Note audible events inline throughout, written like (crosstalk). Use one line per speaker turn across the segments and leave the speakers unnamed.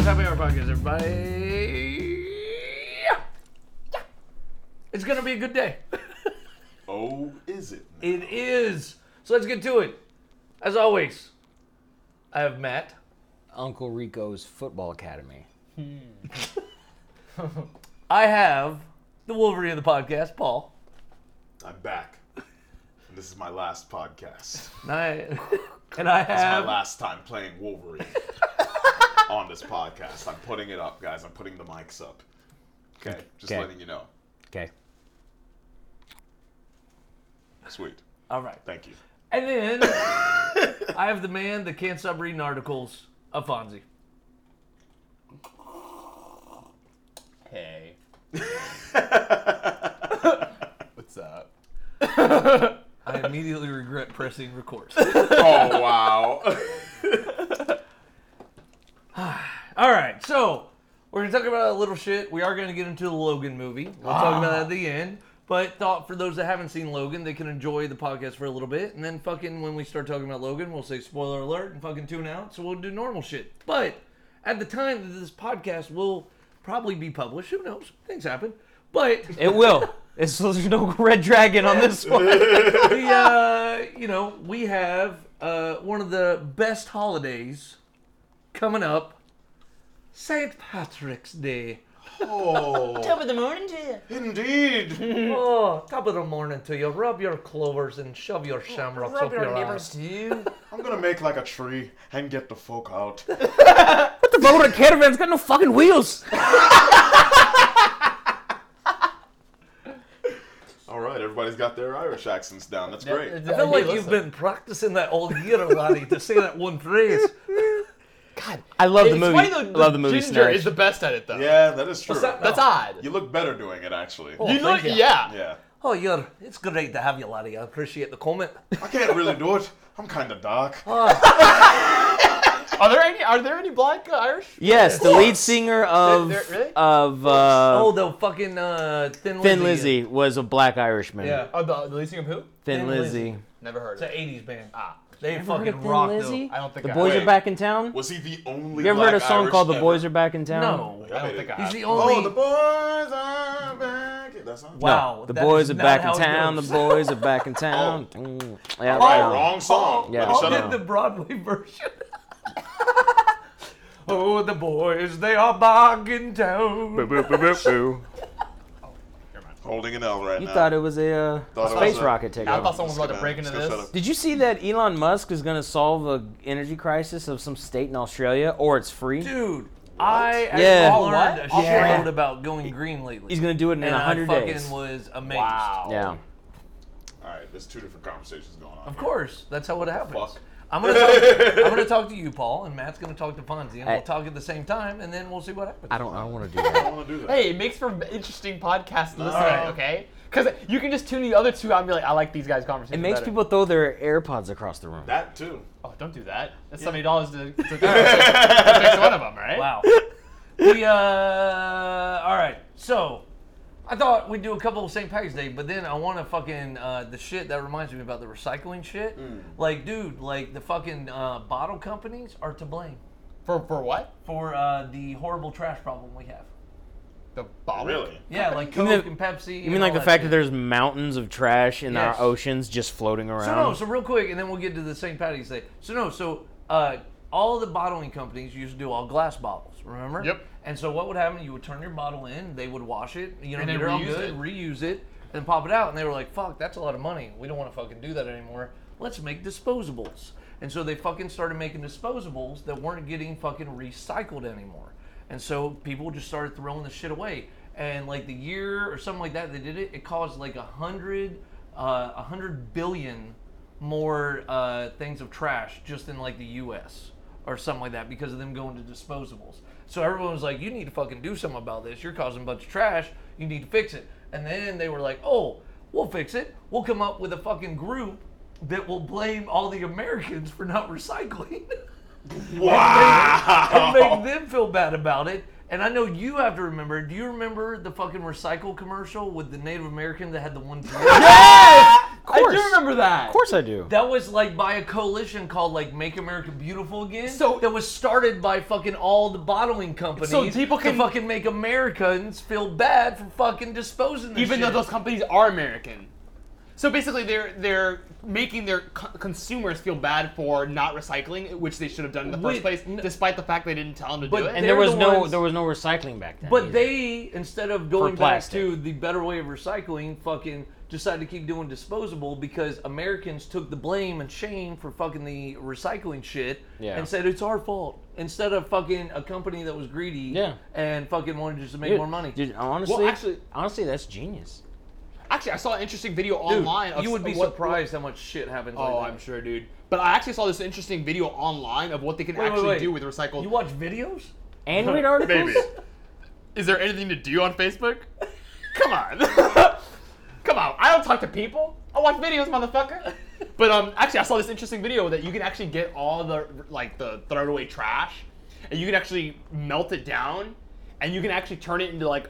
Huggies, everybody. Yeah. Yeah. It's going to be a good day. (laughs)
Oh, is it? now?
it is. So let's get to it. As always, I have Matt.
Uncle Rico's Football Academy.
I have the Wolverine of the podcast, Paul.
I'm back. And this is my last podcast.
And I, (laughs) and I
It's my
have.
last time playing Wolverine on this podcast. I'm putting it up, guys. I'm putting the mics up. Okay, just
Okay.
letting you know.
Okay.
Sweet.
All right.
Thank you.
And (laughs) then I have the man that can't stop reading articles, (laughs) Afonzi.
Hey. What's up?
I immediately regret pressing record.
Oh wow. (laughs)
All right, so we're gonna talk about a little shit. We are gonna get into the Logan movie. We'll talk about that at the end. But thought for those that haven't seen Logan, they can enjoy the podcast for a little bit, and then fucking when we start talking about Logan, we'll say spoiler alert and fucking tune out. So we'll do normal shit. But at the time that this podcast will probably be published, who knows? Things happen. But
It (laughs) will. It's, there's no red dragon on this one.
the, uh, you know, we have uh, one of the best holidays coming up, St. Patrick's Day.
Oh,
of the morning to you.
indeed.
Oh, top of the morning to you. Rub your clovers and shove your shamrocks up your, ass.
dude.
I'm gonna make like a tree and get the folk out.
The motor caravan's got no fucking wheels.
All right, everybody's got their Irish accents down. That's great.
I feel like you've been practicing that all year, Larry, to say that one
(laughs)
phrase.
God,
I love
it's
the movie.
funny though,
Love the movie.
Ginger
Snatch.
is the best at it though.
Yeah, that is true.
that?
That's odd.
You look better doing it, actually.
Oh,
you know,
thank you.
yeah.
Yeah.
Oh, you're. It's great to have you, Larry. I appreciate the
(laughs)
comment. Oh,
I can't really do it. I'm kind of dark.
Uh,
Are there any? Are there any black uh, Irish?
Yes, the lead singer of
They're- they're- really?
of uh,
oh, the fucking uh, Thin Lizzy.
Thin Lizzy was a black Irishman.
Yeah.
Oh, the, the leasing of who?
Thin,
Thin
Lizzy.
Lizzy.
Never heard.
It's
Of
an
it.
80s band.
Ah,
They
Heard of
fucking
Thin
rock,
Lizzy?
I don't think
The
I
boys
Wait.
are back in town.
Was he the only?
You ever heard a
black
song
Irish
called "The
ever?
Boys Are Back in Town"?
though. No.
I don't think I.
He's the only.
Oh, the boys are back. That's not.
Wow.
the
that
boys
is
are
not
back
how
in
it
town. The
goes.
boys are back in town. Mm, yeah,
Right,
right.
wrong song.
Yeah. Oh,
Better
Paul
shut
did
up.
the Broadway (laughs)
(laughs)
version. oh, the boys, they are back in town.
(laughs)
Holding an L right
You
now.
thought it was a, uh,
Thought it
space
was a-
rocket takeoff.
I thought someone was about to
Let's
break
go
into
down. Let's go
this.
set
Did you see that Elon Musk is going to solve a energy crisis of some state in Australia, or it's free?
Dude, I actually
Yeah.
learned a
What? Yeah.
shitload about going green lately.
He's going to do it in
and I
hundred
fucking
days.
was amazed.
Wow.
Yeah.
All right, there's two different conversations going on.
Of course, that's how it happens.
Fuck.
I'm gonna talk, I'm gonna talk to you, Paul, and Matt's gonna talk to Fonzie, and
Hey.
we'll talk at the same time, and then we'll see what happens.
I don't. I don't want to do
I
that.
don't want to do that.
Hey, it makes for interesting podcast listening.
right.
Okay. Because you can just tune the other two out and be like, I like these guys'
It
conversations.
makes
better.
people throw their AirPods across the room.
That too.
Oh, don't do that. That's seventy dollars to, to, to fix one of them, right?
(laughs)
Wow. we, uh, all right. So, I thought we'd do a couple of St. Patrick's Day, but then I want to fucking, uh, the shit that reminds me about the recycling shit. Like, dude, like the fucking uh, bottle companies are to blame
For for what?
for uh, the horrible trash problem we have.
The bottle.
Really?
Yeah, like
You
Coke
mean the-
and Pepsi.
You mean like the fact that there's mountains of trash in
Yes.
our oceans just floating
So no,
around?
so real quick, and then we'll get to the St. Patty's Day. So no, so uh, all the bottling companies used to do all glass bottles. Remember?
Yep.
And so what would happen? You would turn your bottle in, they would wash it, you know,
And
get
then
it all
reuse
good,
it.
reuse it, and pop it out. And they were like, "Fuck, that's a lot of money. We don't want to fucking do that anymore. Let's make disposables." And so they fucking started making disposables that weren't getting fucking recycled anymore. And so people just started throwing the shit away. And like the year or something like that, they did it. It caused like a hundred, uh, a hundred billion more uh, things of trash just in like the U.S. or something like that because of them going to disposables. So everyone was like, "You need to fucking do something about this. You're causing a bunch of trash. You need to fix it." And then they were like, "Oh, we'll fix it. We'll come up with a fucking group that will blame all the Americans for not (laughs) recycling
(laughs)
and
Wow.
make them feel bad about it." And I know you have to remember. Do you remember the fucking recycle commercial with the Native American that had the one?
yes! course.
I do remember that.
Of course I do.
That was like by a coalition called like Make America Beautiful Again.
So-
that was started by fucking all the bottling companies.
So people can-
to fucking make Americans feel bad for fucking disposing. This
Even though
shit.
those companies are American. So basically, they're they're making their co- consumers feel bad for not recycling, which they should have done in the
Wait,
first place,
n-
despite the fact they didn't tell them to
But-
do it.
and
and there
they're
was
the
no
ones-
there was no recycling back then.
But
either.
they, instead of going back
plastic.
to the better way of recycling, fucking decided to keep doing disposable because Americans took the blame and shame for fucking the recycling shit
Yeah.
and said it's our fault. Instead of fucking a company that was greedy
Yeah.
and fucking wanted just to make
Dude,
more money.
Dude, honestly,
actually-
honestly, that's genius.
actually, I saw an interesting video
Dude,
online. of
you would
s-
be
what-
surprised how much shit happens.
Oh,
like that.
I'm sure, dude. But I actually saw this interesting video online of what they can
Wait, wait,
actually
wait.
do with recycled.
You watch videos?
And read articles.
Maybe. Is there anything to do on Facebook? Come on. Come on. I don't talk to people. I watch videos, motherfucker. But um, actually, I saw this interesting video that you can actually get all the like the throwaway trash, and you can actually melt it down, and you can actually turn it into like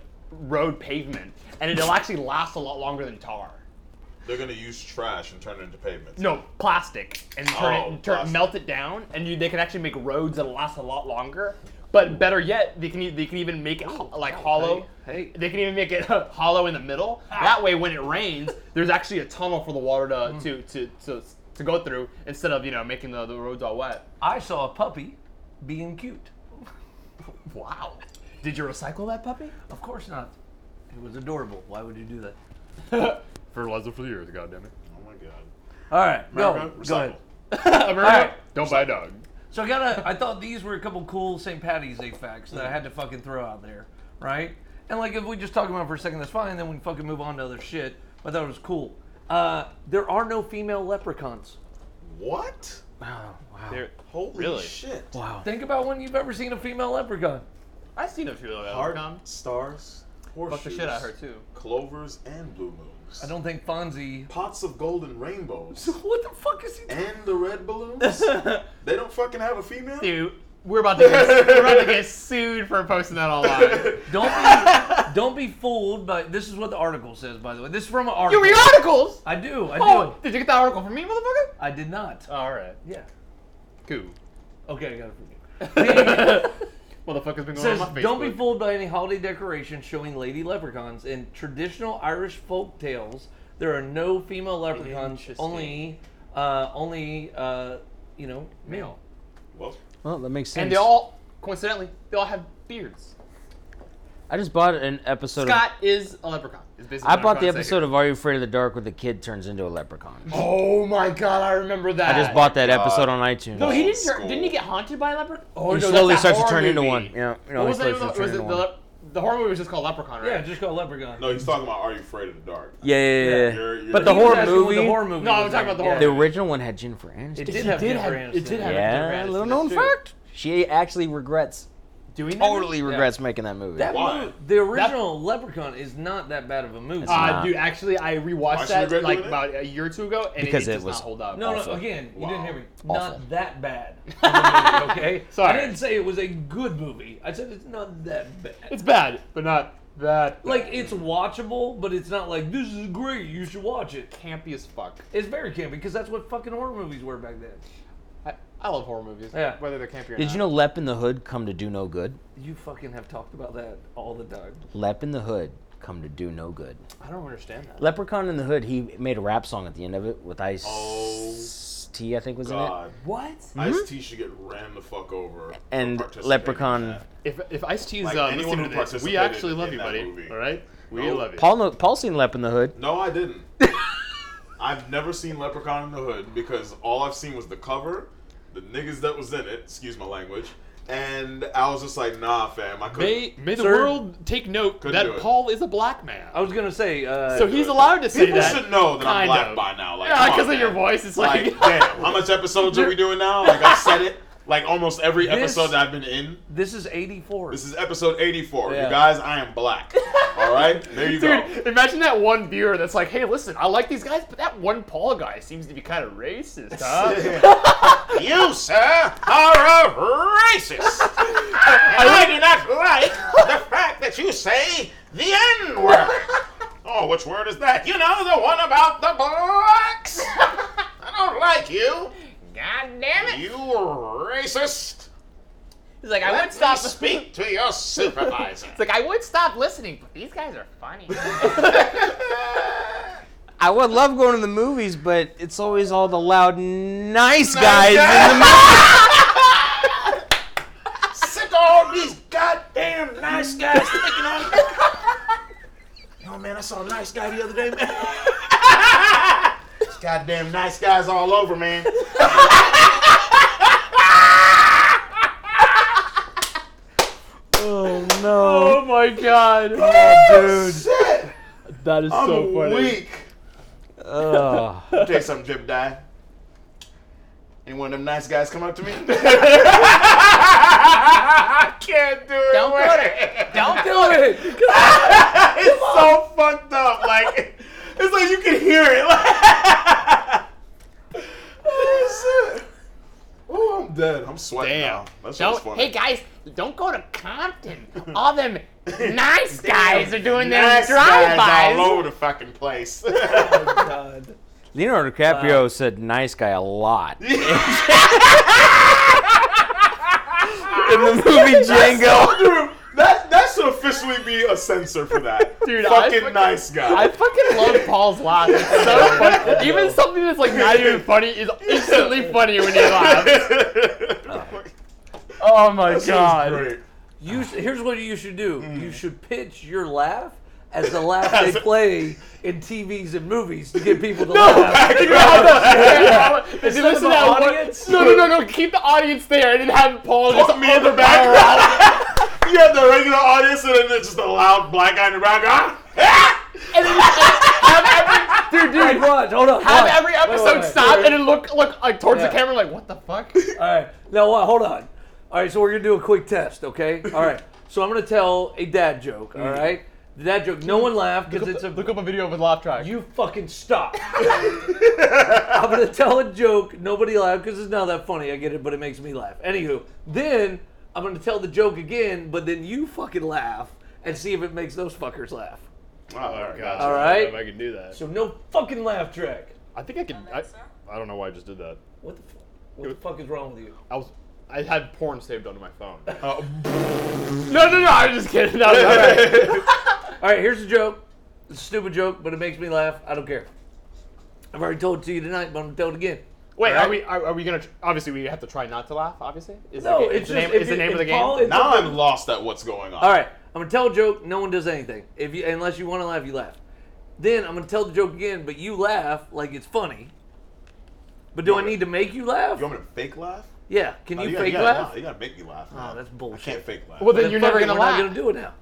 road pavement, and it'll actually last a lot longer than tar.
They're gonna use trash and turn it into pavements.
No, plastic, and turn
Oh,
it, turn,
plastic.
melt it down, and you, they can actually make roads that'll last a lot longer. But better yet, they can e- they can even make it ho- like hollow.
hey.
They can even make it (laughs) hollow in the middle. That way, when it rains, there's actually a tunnel for the water to to, to to to go through instead of you know making the, the roads all wet.
I saw a puppy being cute.
Wow. Did you recycle that puppy?
Of course not. It was adorable. Why would you do that?
Fertilizer for the earth, goddammit.
Oh my god.
All right, go,
America,
go
recycle.
ahead.
America, don't buy a dog.
So I gotta. I thought these were a couple cool St. Patty's Day facts that I had to fucking throw out there, right? And like, if we just talk about it for a second, that's fine. Then we can fucking move on to other shit. But that was cool. Uh, there are no female leprechauns.
What?
Wow. Wow.
Holy
Really?
shit.
wow.
Think about when you've ever seen a female leprechaun.
I've seen a few of those.
Hard
Tom.
stars, horseshoes,
Fuck the shit out of her too.
clovers, and blue moons.
I don't think Fonzie. (laughs)
Pots of golden
(laughs)
rainbows
What the fuck is he?
and the red balloons. they don't fucking have a female.
Dude, we're about to get, we're about to get sued for posting that online.
(laughs) Don't be, don't be fooled by. This is what the article says, by the way. This is from an
You
article.
read articles?
I do. I do.
Oh, did you get that article from me, motherfucker?
I did not. Uh,
All right,
Yeah.
cool.
Okay, I gotta
(laughs)
forget. (laughs)
Motherfucker's been going
says,
on my Facebook.
don't be fooled by any holiday decorations showing lady leprechauns. In traditional Irish folk tales, there are no female leprechauns,
Interesting.
only, uh, only, uh, you know, male.
(laughs) Well,
Well, that makes sense.
And they all, coincidentally, they all have beards.
I just bought an episode.
Scott is a leprechaun. Is
Of,
basically
I
what I'm
bought the
trying to say
episode of Are You Afraid of the Dark where the kid turns into a leprechaun.
here. Oh my god, I remember that.
I just bought that
God.
episode on iTunes.
No, he didn't.
Old
Turn, didn't he
school.
get haunted by a leprechaun? Oh
he
no,
slowly
that's that
starts to
horror
turn into
movie.
one. Yeah, you know,
What
he
was the
slowly
name of the,
starts to
was
turn
it
into
the,
one.
lep- the horror movie was just called Leprechaun, right?
Yeah, just called leprechaun.
no, he's talking about Are You Afraid of the Dark?
Yeah, yeah, yeah. yeah.
You're- you're-
but the
He was
horror
asking what
movie,
the horror movie.
No, I'm
was
talking
like.
about the horror
the
Yeah.
movie.
orijennifer one had Jennifer Aniston.
It did
It
have
did
Jennifer
have- it Uh,
Aniston.
did have-
Yeah,
Jennifer Aniston,
little known
too.
fact. She actually regrets,
Doing that?
totally regrets making that movie.
That
Why?
movie, the original Leprechaun is not that bad of a movie.
Uh,
Nah.
dude, actually, I rewatched
should we
that
regret
like
doing it?
about a year or two ago, and
Because
it,
it
does
was-
not hold up.
no,
awful.
no, again, you
Wow.
didn't hear me.
Awful.
Not that bad.
(laughs)
of a movie, okay?
Sorry.
I didn't say it was a good movie. I said it's not that bad.
It's bad, but not that.
Like it's watchable, but it's not like this is great. You should watch it.
campy as fuck.
It's very campy because that's what fucking horror movies were back then.
I, I love horror movies,
Yeah.
whether they're campy or
Did you know Lep in the Hood come to do no good?
You fucking have talked about that all the time.
Lep in the Hood come to do no good.
I don't understand that.
Leprechaun in the Hood, he made a rap song at the end of it with Ice T, I think was in it.
God,
What?
Ice T should get ran the fuck over. for
And
participating
Leprechaun-
in that.
If if Ice T is
Like,
uh,
anyone
listening
who
to this, we
participated
actually love
in
you,
that
buddy.
movie.
All right, we
Nope.
love you.
Paul, no, Paul seen Lep in the Hood.
No, I
(laughs)
didn't. I've never seen Leprechaun in the Hood because all I've seen was the cover, the niggas that was in it. Excuse my language. And I was just like, nah, fam, I couldn't.
may may the
Sir,
world take note
couldn't do
that
it.
Paul is a black man,
I was gonna say, uh,
so he's allowed to say
People
that.
should know that I'm
Kind
black
of.
by now. Like,
yeah,
come on,
because of your
man.
voice, it's (laughs) like.
Like, damn, how much episodes are we doing now? Like, I said it. Like, almost every
This-
episode that I've been in.
this is '84.
This is episode 84.
Yeah.
You guys, I am black. All right? There you go.
(laughs) Dude, imagine that one viewer that's like, "Hey, listen, I like these guys, but that one Paul guy seems to be kind of racist,
(laughs)
huh?"
you, sir, are a racist. I do not like the fact that you say the N word. Oh, which word is that? You know, the one about the black
(laughs)
Speak to your supervisor.
It's like I would stop listening, but these guys are
(laughs)
funny.
I would love going to the movies, but it's always all the loud, nice guys in the movie.
Sick of all these goddamn nice guys thinking on No man, I saw a nice guy the other day, man. These goddamn nice guys all over, man.
Oh no,
oh my
(laughs)
god,
dude.
Shit!
that is
I'm
so funny.
weak.
Oh, Ugh.
Take something, Drip Die. Any one of them nice guys come up to me? (laughs) I can't do it.
Don't do
it.
Don't do it. (laughs)
(laughs) It's so fucked up. Like it's like you can hear it. (laughs) Like, oh shit. Oh, I'm dead. I'm sweating
Damn.
now. That shit's
Don't,
funny.
hey guys, don't go to Compton. All them
(laughs)
nice guys are doing their
Nice guys
drive-bys.
all over the fucking place. (laughs)
Oh
Leonardo DiCaprio said "nice guy"
(laughs)
a lot in the movie Django.
that that should officially be a censor for that.
(laughs) Dude, I
fucking,
fucking-
nice guy. (laughs)
I fucking love Paul's laugh. It's (laughs) so funny. Even something that's like not even funny is instantly funny when
(laughs)
he laughs. Oh my (laughs) god.
Great.
You s- here's what you should do.
Mm.
You should pitch your laugh as the laugh they play in TVs and movies to get people to laugh.
(laughs)
Did you
Instead
listen to
of
that
an
audience?
audience?
No, no, no, no. Keep the audience there and then have Paul just
Put me in the
other guy around.
background. (laughs) you have the regular audience and then there's just a loud black guy in the background.
And then have every, dude, dude,
Like, watch, hold on.
have
watch.
every
Wait, wait,
episode
wait.
stop and then look, look like towards
Yeah.
the camera, like what the fuck?
All right. Now what? Hold on. All right. So we're gonna do a quick test. Okay. All right. So I'm gonna tell a dad joke. All right. The dad joke. No one laughed because it's a.
Mm. Look up a video of his laugh track.
You fucking stop. I'm gonna tell a joke. Nobody laughed because it's not that funny. I get it, but it makes me laugh. Anywho, then I'm gonna tell the joke again, but then you fucking laugh and see if it makes those fuckers laugh.
Oh, God.
All right.
I can do that.
So no fucking laugh track.
I think I can. I, I don't know why I just did that.
What the, fu- what the fuck is wrong with you?
I was. I had porn saved onto my
(laughs)
phone.
Oh. No, no, no. I'm just kidding. No, no, no.
(laughs) All right, here's a joke. It's a stupid joke, but it makes me laugh. I don't care. I've already told it to you tonight, but I'm gonna tell it again.
Wait,
Alright?
are we are, are we gonna? Tr- obviously, we have to try not to laugh. Obviously, is
No,
the, ga-
it's
is the
just-
name,
if
is the
you-
name of the
if
game.
Paul is-
(laughs) Now I'm lost at what's going on.
All right, I'm gonna tell a joke. No one does anything. If you unless you want to laugh, you laugh. Then I'm gonna tell the joke again, but you laugh like it's funny. But do I need to make you laugh?
You want Oh, me to fake laugh?
Yeah. Can
No,
you,
gotta-
fake
gotta-
laugh?
no, you gotta make me laugh.
Oh, that's
I can't
bullshit.
fake laugh.
well, then you're never
fuck it,
gonna
we're
laugh.
not gonna do it now.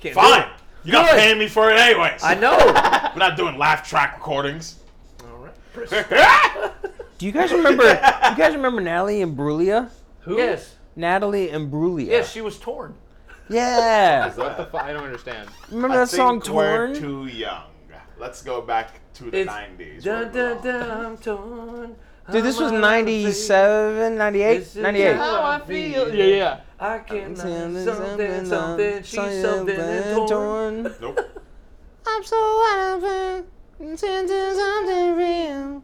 Can't do
Fine.
it.
You gotta
Good.
pay me for it anyways.
I
(laughs)
know.
We're not doing laugh track
(laughs)
recordings.
All right.
Do you guys remember? do you guys remember Natalie Imbruglia?
Who?
Yes.
Natalie Imbruglia.
Yes. She was torn.
Yeah.
What the fuck? I don't understand.
Remember
I
that song
think we're
"Torn"?
too young. Let's go back to the
It's
90s. where
Dun, dun,
it belongs.
dun, I'm torn.
Dude, this
I'm
was
out of
97, 98,
This is
98.
how-
How I feel. Yeah, yeah.
faith. I can't something,
Something,
something,
something,
something. She's something and
something
torn.
torn.
Nope. (laughs)
I'm so out of it. Into something real.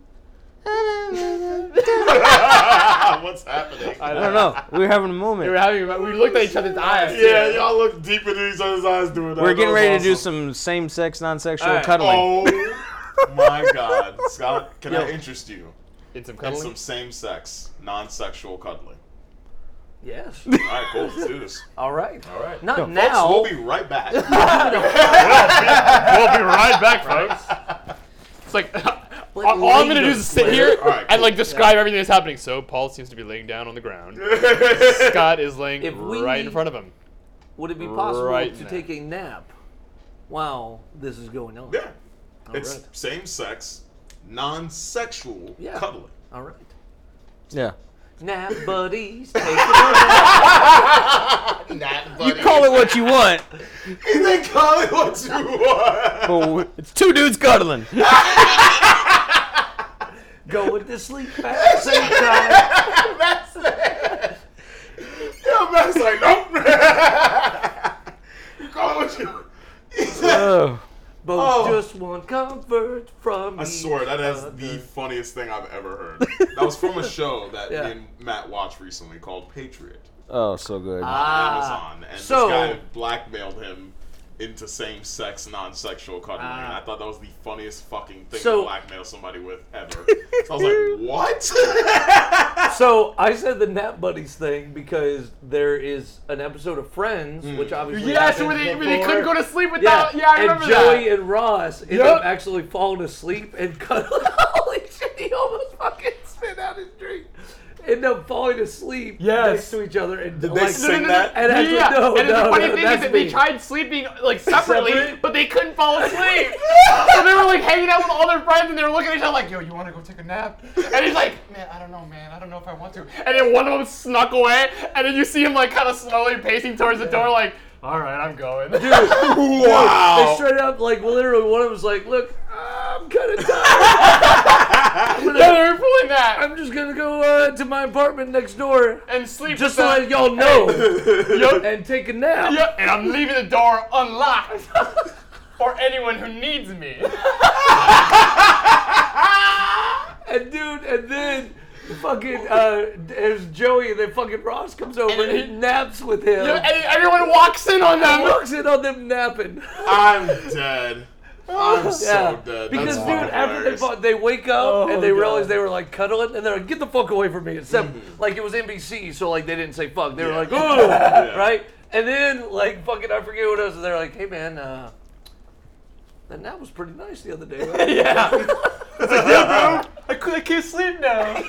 I
What's happening? I
don't know. We were having a moment.
We were having we looked at each other's eyes.
Yeah, y'all look deep into each other's eyes doing that.
We're
That
getting
was
ready to do
awesome.
some same-sex, non-sexual
All right.
cuddling.
Oh my god. Scott, can I interest you
In some
in
cuddling.
some same sex, non sexual cuddling?
(laughs) Yes.
Alright, cool. Let's
(laughs)
do this.
All right.
All right.
Not
Folks,
now.
we'll be
(laughs)
right back.
we'll be right back, folks. It's like all, all I'm gonna do is sit here
All right,
and like
cool.
describe everything that's happening. So Paul seems to be laying down on the ground. Scott is laying
If we-
right in front of him.
Would it be possible
Right
to
now.
take a nap while this is going on?
yeah. It's
right.
same sex, non sexual
Yeah.
cuddling.
All right.
Yeah.
Nap buddies. Take a
You call it what you want,
You can call it what
(laughs)
you want.
but we- it's two dudes cuddling.
Going to sleep at the same time.
That's it. Yo, Matt's like, nope. (laughs) you call it what you want.
Uh,
Oh.
Both
Oh.
just want comfort from
I swear that is the funniest thing I've ever heard. That was from a show that
Yeah.
me and Matt watched recently called Patriot.
Oh, so good.
Ah.
Amazon, and
so-
this guy blackmailed him into same-sex, non-sexual cuddling. and I thought that was the funniest fucking thing
So-
to blackmail somebody with ever. so I was like, (laughs) what?
So I said the Nap Buddies thing because there is an episode of Friends,
Mm.
which obviously
Yes,
happened
where they, where
before.
they couldn't go to sleep without. Yeah, I remember
and Joey (laughs)
that.
and Ross end
Yup.
up actually falling asleep and cut. (laughs) Holy shit! He almost fucking spit out his drink. End up falling asleep
Yes.
next to each other and
Did they
like,
sing that?
And actually,
yeah,
no,
and
no,
the funny
no,
thing is
that's
that
me.
they tried sleeping like separately,
Separate?
but they couldn't
(laughs)
fall asleep. so they were like hanging out with all their friends, and they were looking at each other like, "Yo, you want to go take a nap?" And he's like, "Man, I don't know, man. I don't know if I want to." And then one of them snuck away, and then you see him like kind of slowly pacing towards the door, like, "All right, I'm going." (laughs)
They
wow.
straight up like literally one of them was like, "Look, I'm
(laughs)
kind of tired. I'm, gonna-
yeah, they were pulling that
I'm just gonna go uh, to my apartment next door,
and sleep.
just to
with
let
them.
y'all know,
(laughs) Yup.
and take a nap."
Yep, and I'm leaving the door unlocked for anyone who needs me.
And dude, and then fucking uh, there's Joey, and then fucking Ross comes over and,
And-
he naps with him.
And everyone walks in on
and
them.
looks in on them napping.
I'm dead.
(laughs)
I'm so dead.
because
That's
dude,
fucking
after they
hilarious.
fought, they wake up
Oh,
and they
God.
realize they were like cuddling, and they're like, "Get the fuck away from me!" Except like it was NBC, so like they didn't say fuck. They were
Mm-hmm. Yeah. (laughs)
like, "Ooh," right? And then like fucking, I forget what else. They're like, "Hey man, uh, that nap was pretty nice the other day." Right?
Yeah. It's like, yeah, bro. I, could, I can't sleep now.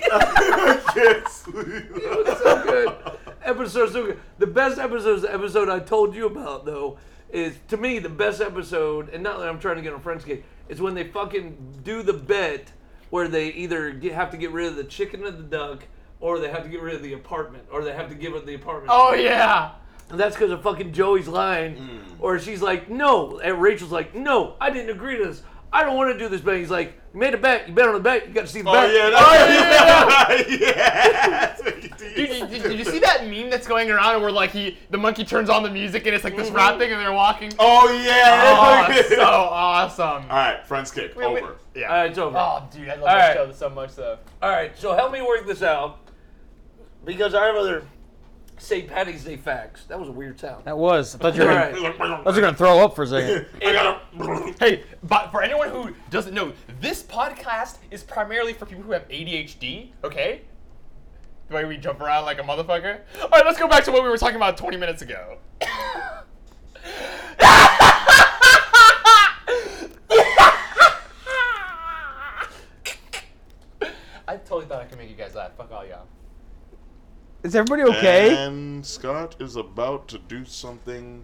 Yes. (laughs)
so good. Episode so good. The best episode is the episode I told you about though. Is to me the best episode, and not that I'm trying to get on French cake, is when they fucking do the bet where they either get, have to get rid of the chicken or the duck, or they have to get rid of the apartment, or they have to give up the apartment.
Oh, yeah.
And that's because of fucking Joey's line, or she's like, no, and Rachel's like, no, I didn't agree to this. I don't want to do this bet. He's like, you made a bet. You bet on the bet. You got to see the
Oh
bet.
yeah, that's yeah. (laughs) yeah.
Dude, did, did- did you see that meme that's going around where like he the monkey turns on the music and it's like this rap thing and they're walking?
Oh yeah.
Oh, it's so awesome.
All right, friends kick
wait.
over.
All right, it's over.
Oh, dude, I love
All
this
right.
show so much though.
All right, so help me work this out because I have other St. Patty's Day facts. That was a weird sound.
That was. I thought you were.
All
Gonna,
right.
I thought you were gonna throw up for a second.
I gotta.
Hey, but for anyone who doesn't know, this podcast is primarily for people who have ADHD. Okay. The way we jump around like a motherfucker. All right, let's go back to what we were talking about 20 minutes ago. I totally thought I could make you guys laugh. Fuck all y'all.
Is everybody okay?
And Scott is about to do something.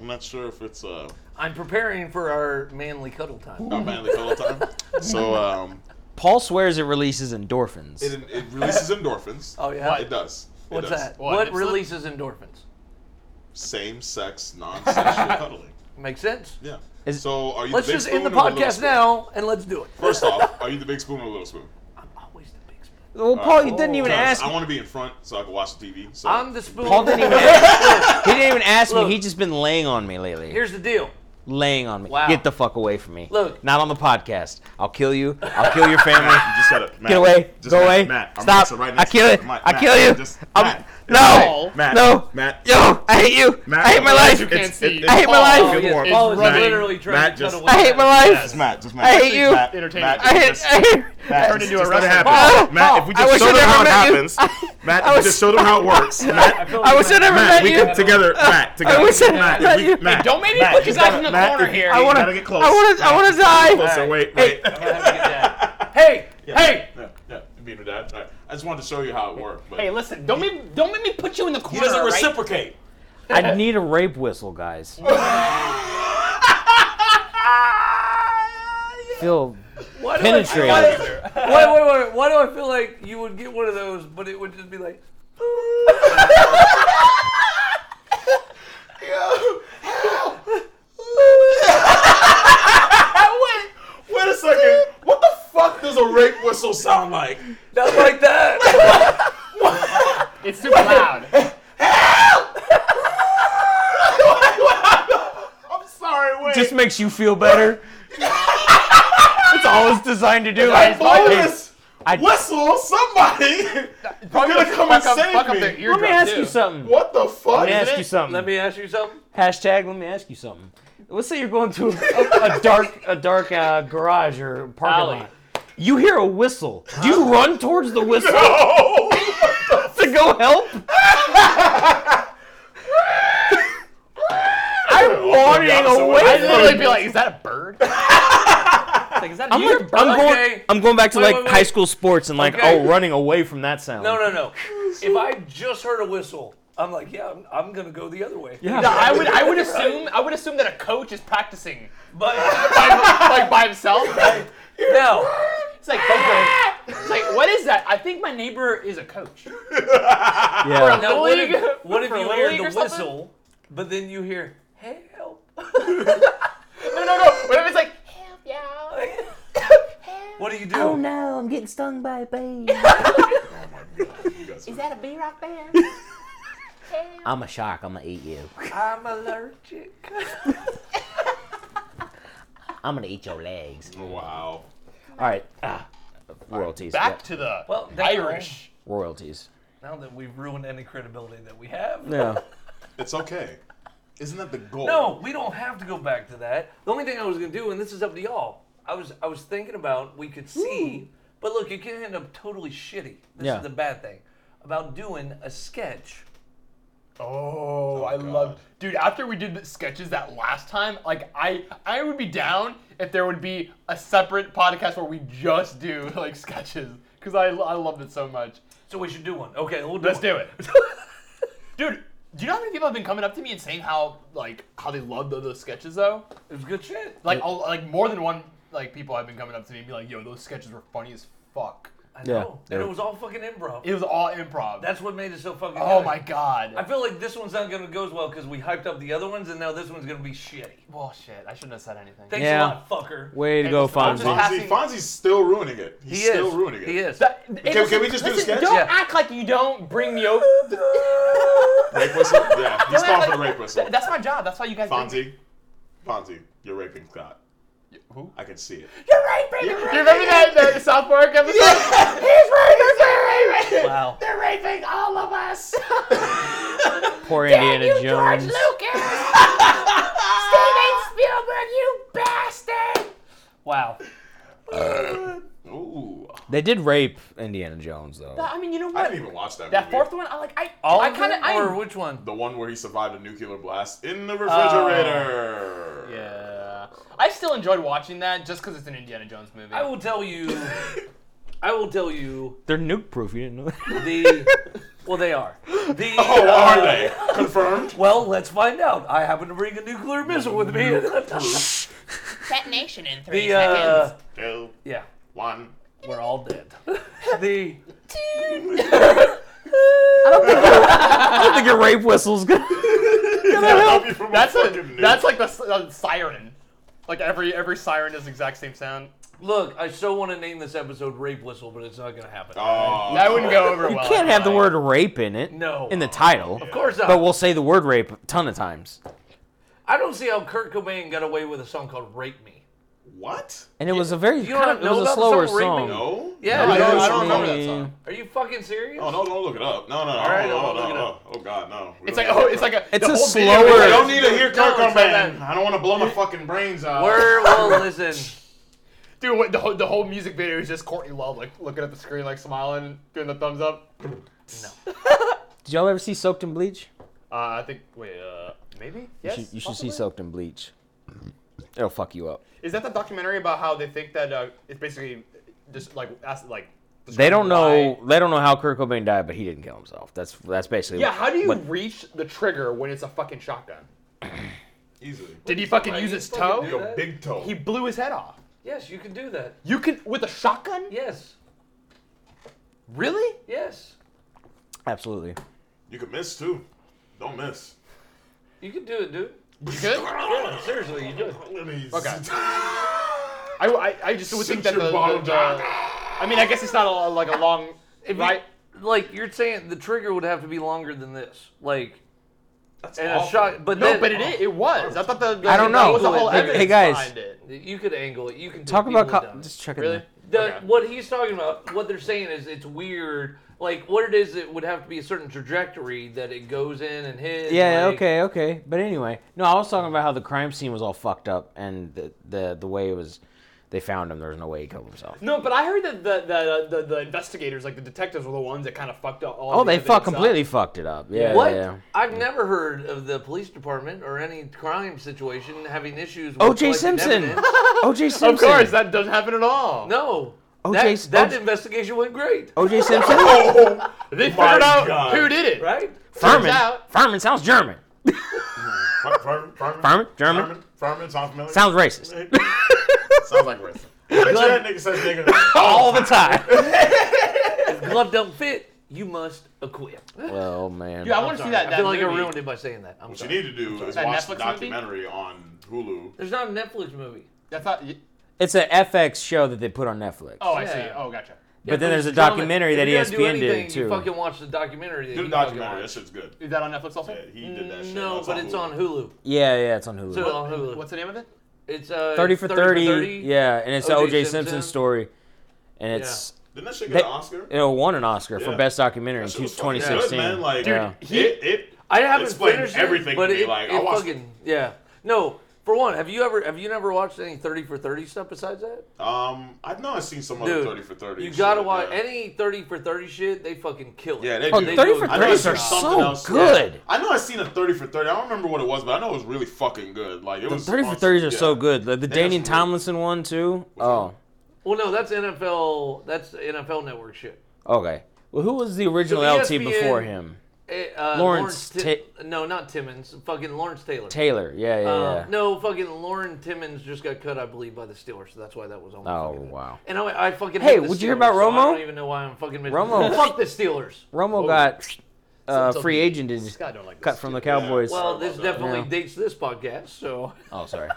I'm not sure if it's uh,
I'm preparing for our manly cuddle time.
a manly color time. So um,
Paul swears it releases endorphins.
it, it releases endorphins.
Oh yeah,
It does. It
what's
does.
that?
What,
What,
nip slip?
releases endorphins?
Same-sex, (laughs) non-sexual cuddling.
Makes sense.
Yeah.
Is-
so are you?
Let's
the big
just end the
spoon or little
podcast
spoon?
now and let's do it.
First off, are you the big spoon or the little spoon?
I'm always the big spoon.
well, Paul, you
Oh,
didn't
Oh,
even ask.
I want to be in front so I can watch the TV. So
I'm the spoon. (laughs)
Paul didn't even ask. he didn't even ask
Look.
me. He's just been laying on me lately.
Here's the deal.
laying on me.
Wow.
Get the fuck away from me.
Look.
Not on the podcast. I'll kill you. I'll kill
(laughs)
your family.
You just gotta Matt,
Get away.
Just
Go
Matt,
away.
Matt, I'm
Stop.
next to- right
I
next to
kill
you.
it.
Matt,
I
Matt,
kill you.
Just,
I'm-
Matt,
no.
Matt,
No.
Matt,
Yo, I hate you.
Matt,
I hate my life.
You can't see.
it-
I hate my
Oh,
life.
Good
yes,
lord.
Paul is
Matt,
literally trying
Matt,
to
just-
cuddle with
I hate my life.
Just Matt, just Matt.
I hate you.
Matt,
Entertaining.
Matt,
I hate.
just-
I hate.
(laughs) Matt,
turned
just-
(laughs)
into a
just let it
wrestling-
happen.
Ah,
Matt,
Paul,
if we
I
just
wish I
show them
never
how it
met you.
happens. Matt, if
I
we
was-
just show them how it works. Matt,
I wish I never
Matt,
met
we
you.
can together. Matt, together.
wish I
Matt,
met
if
you.
we, Matt,
Don't make me
Matt,
put you
just
guys
gotta-
in the
Matt,
corner
if-
here.
you
I
wanna-
Gotta get close.
I wanna- I wanna die.
Closer. Wait, wait.
Hey, hey,
Yeah, yeah. Beat me that. All right. I just wanted to show you how it worked. But
Hey, listen, don't me don't make me put you in the corner. right?
reciprocate.
I need a rape whistle, (laughs) guys. Feel
why do I-
penetrated.
Wait, wait, wait. Why do I feel like you would get one of those, but it would just be like,
Wait a second. What the fuck does a rape whistle sound like?
not like that?
(laughs)
It's super loud. (laughs)
I'm sorry. Wait.
Just makes you feel better. That's all it's designed to do.
Guys,
Blow this.
I-
whistle somebody. (laughs)
Probably
gonna come and
fuck up-
save
fuck up
me.
their
Let me
eardrum,
Let me ask
too.
you something.
what the fuck?
Let me ask
man? (laughs)
you something.
Let me ask you something.
Hashtag. Let me ask you something. Let's say you're going to a, a dark, a dark uh, garage or parking
Alley.
lot. You hear a whistle. Do you run towards the whistle
Oh
(laughs) to go
(laughs)
help? I'm
I'm
wandering
so-
I'd
away.
literally be like, is that a bird? (laughs) It's like, is that a
I'm,
deer?
like, I'm going.
Okay.
I'm going back to
Wait,
like
wait, wait.
high school sports and like
Okay.
oh, running away from that sound.
No, no, (laughs) no. If I just heard a whistle, I'm like, yeah, I'm, I'm gonna go the other way.
Yeah.
No, I would, I would assume, I would assume that a coach is practicing (laughs)
But
like by himself.
now,
It's like,
(laughs)
it's like, what is that? I think my neighbor is a coach.
Yeah.
now what if, (laughs)
League?
what if
For
you
Little
hear
League
the
or something?
whistle, but then you hear help?
No, no, no. What if it's like,
What do you do?
Oh, no, I'm getting stung by a bee. (laughs)
Is
that a B rock band?
I'm a shark. I'm gonna eat you.
I'm allergic.
I'm gonna eat your legs.
Wow.
All right. Ah, royalties.
back to the
Well, now-
Irish.
yeah, royalties.
Now that we've ruined any credibility that we have.
Yeah.
It's okay. Isn't that the goal?
No, we don't have to go back to that. The only thing I was gonna do, and this is up to y'all, I was I was thinking about we could see, but look, it can end up totally shitty. This
Yeah.
is the bad thing about doing a sketch.
Oh, I
God.
love, dude. After we did the sketches that last time, like I, I would be down if there would be a separate podcast where we just do (laughs) like sketches because I, I loved it so much.
So we should do one. Okay, we'll do
Let's
it.
(laughs)
do it, dude. Do you know how many people have been coming up to me and saying how like how they loved those, those sketches though?
It was good shit.
Like all, like more than one like people have been coming up to me and be like, yo, those sketches were funny as fuck.
I
Yeah.
know. And it was all fucking improv.
It was all improv.
That's what made it so fucking
oh
good.
my god.
I feel like this one's not gonna go as well because we hyped up the other ones, and now this one's gonna be shitty.
Bullshit. I shouldn't have said anything.
Thanks
Yeah.
a lot, fucker.
Way to go,
I'm just
Fonzie.
happy-
Fonzie,
Passing-
Fonzie's still ruining it. He's
he
still
is.
ruining it.
He is.
That- it
can
was-
we just do the
listen,
sketch?
Don't
Yeah.
act like you don't bring
(laughs)
me over.
Rape whistle? Yeah, he's
Don't act
calling for the
like-
rape whistle.
That's my job. That's why you guys. bring me-
Fonzie, Fonzie, you're raping Scott.
Who?
I can see it.
You remember that, that South Park episode?
He's raping.
Wow.
They're raping all of us.
Poor Indiana Jones.
Wow.
Ooh,
They did rape Indiana Jones though.
I mean, you know
I
what?
didn't even watch that.
That
movie.
fourth one, I like. I
All
I
of
kind of
them, or
I.
which
(laughs)
one?
The one where he survived a nuclear blast in the refrigerator.
Oh. Yeah. I still enjoyed watching that just because it's an Indiana Jones movie. (laughs)
I will tell you. I will tell you
They're nuke proof. You didn't know. that?
the. Well, they are. The.
Oh,
uh,
are they
(laughs)
(laughs) confirmed?
Well, let's find out. I happen to bring a nuclear missile with me.
Detonation in
(laughs)
three
the. Uh,
Two,
yeah,
one.
we're all dead. (laughs) The. (laughs)
I don't think a rape whistle's gonna.
that's a, that's like the s- uh, siren. Like every every siren is the exact same sound.
Look, I so want to name this episode "Rape Whistle," but it's not gonna happen.
Oh,
That wouldn't go over
You
well.
can't have the word rape in it.
No.
In the title.
Of course not.
But we'll say the word rape a ton of times.
I don't see how Kurt Cobain got away with a song called "Rape Me."
What?
And it was a very
You
kind
don't
of,
know
it was a
about the
slower
song Rape Me?
song.
No.
Yeah,
No,
I don't-
I don't,
I
don't
don't
remember that song.
Are you fucking serious?
Oh no, don't look it up. No, no, no.
right, I
no,
won't
no,
look it
no,
up.
Oh god, no. We
It's
don't
like
need
oh,
to
it's
look
like
it (laughs) up.
a.
It's
the
a
whole video
slower-
is-
I don't need to
(laughs)
hear
No,
Kirk
it's not
Cobain.
that.
I don't want to blow my fucking brains out.
Where will listen?
Dude, what, the, whole, the whole music video is just Courtney Love like looking at the screen, like smiling, and doing the thumbs up. Uh,
Did y'all ever see Soaked in Bleach?
I think wait, uh, maybe yes.
you should, you should see
possibly?
Soaked in Bleach. It'll fuck you up.
Is that the documentary about how they think that uh, it's basically just like ask, like
They don't know.
why-
They don't know how Kurt Cobain died, but he didn't kill himself. That's that's basically.
Yeah, how do you
what-
reach the trigger when it's a fucking shotgun?
Easily.
Did he fucking use his toe?
do
Yo, big toe.
He blew his head off.
Yes, you can do that.
You can with a shotgun?
Yes,
Really?
yes,
absolutely.
You can miss too. Don't miss.
you can do it, dude.
You good?
Yeah, seriously, you do it.
(laughs) Let me
Okay. I, I, I just would think
Shoot
that
your
the,
bottle,
the-
John.
I mean, I guess it's not a, like a long (laughs) right.
Like you're saying, the trigger would have to be longer than this. Like
That's
and
awful.
a shot, but
No,
then,
but it i- it was. I thought the, the
I don't
that
know.
was the whole
Hey- hey,
evidence
guys.
behind it.
You could angle it. You can do it.
Talk
People
about
have
co-
done it.
just checking.
Really?
the-
the
Okay.
what he's talking about, what they're saying is it's weird. Like what it is, it would have to be a certain trajectory that it goes in and hits.
Yeah.
like-
okay. Okay. But anyway, no, I was talking about how the crime scene was all fucked up and the the, the way it was, they found him. There was no way he killed himself.
No, but I heard that the the, the, the investigators, like the detectives, were the ones that kind of fucked up all.
Oh,
of the
they fuck
evidence up.
completely fucked it up. Yeah.
What?
Yeah.
I've never heard of the police department or any crime situation having issues. with
O.J.
collecting
Simpson.
evidence.
(laughs) O.J. Simpson.
Of course, that doesn't happen at all.
No.
O.J.
That, that
O.J.
investigation went great,
O.J. Simpson.
Oh,
They
My
figured out
God.
who did it.
right?
Furman.
out-
Furman sounds German.
Fur- fur- Furman?
Furman? German?
Furman? Furman? Sound familiar?
Sounds racist.
(laughs) Sounds like racism. I bet you that nigga says nigga.
All the time.
If glove don't fit, you must acquit.
(laughs) well, man.
Dude, I want to see
Sorry,
that.
I
that
feel like
movie.
I ruined it by saying that. I'm
What you
sorry.
need to do is
That
watch
Netflix
the
movie?
documentary on Hulu.
There's not a Netflix movie.
That's not. y-
It's an FX show that they put on Netflix.
Oh, I see.
Yeah.
Oh, gotcha.
But then there's a
gentlemen,
documentary
if
that E
you're gonna
ESPN
do anything,
did,
You
too.
fucking watch the documentary. That
Do the
you fucking
documentary. That
watch.
shit's good.
Is that on Netflix also?
Yeah, he did that shit.
No,
That's
but it's on
Hulu.
Hulu.
Yeah, yeah, it's on
It's
Hulu.
on Hulu.
What's the name of it?
It's uh,
30
it's
for 30, Yeah, and it's
O.J.
O.J. Simpson's
Simpson.
story. And it's
Didn't that shit
They-
get an Oscar?
it won an Oscar for
Yeah.
best documentary in
That shit was fucking
2016.
Good, man. Like,
Dude, Yeah.
he-
it, it
I haven't
explained
finished it,
everything
but
to me.
it,
like,
it
I watched.
fucking yeah. No, for one, have you ever have you never watched any 30 for 30 stuff besides that?
Um, I know I've seen some other
Dude,
thirty for thirty.
you
shit,
gotta watch
yeah.
any 30 for 30 shit. They fucking kill it.
Yeah, they
Oh,
do.
30 for
I know I've
30 s are
seen something
so
else.
good.
Yeah. I know I seen a thirty for thirty. I don't remember what it was, but I know it was really fucking good. Like it was.
30 for
awesome.
30s are
Yeah.
so good. Like
They
the
got
Daniel
some really-
Tomlinson one too. Oh,
Well, no, that's NFL. That's NFL Network shit.
okay. Well, who was the original
E
So
LT before
ESPN
him?
Eh, uh,
Lawrence
Ti- no, not Timmons. Fucking Lawrence Taylor.
Taylor. Yeah, yeah,
Um,
yeah.
No, fucking Lauren Timmons just got cut, I believe, by the Steelers. So that's why that was on. my
Oh,
fucking-
wow.
And I, I fucking.
Hey,
hate the
would you hear
Steelers,
about
so I
Romo?
don't even know why I'm fucking. Mentioning. (laughs)
Romo-
Fuck the Steelers.
Oh,
Romo got uh, free agent and
God, I don't like
cut
this.
from the Cowboys.
Well, this
about that.
definitely
Yeah.
dates this podcast. So
Oh, sorry.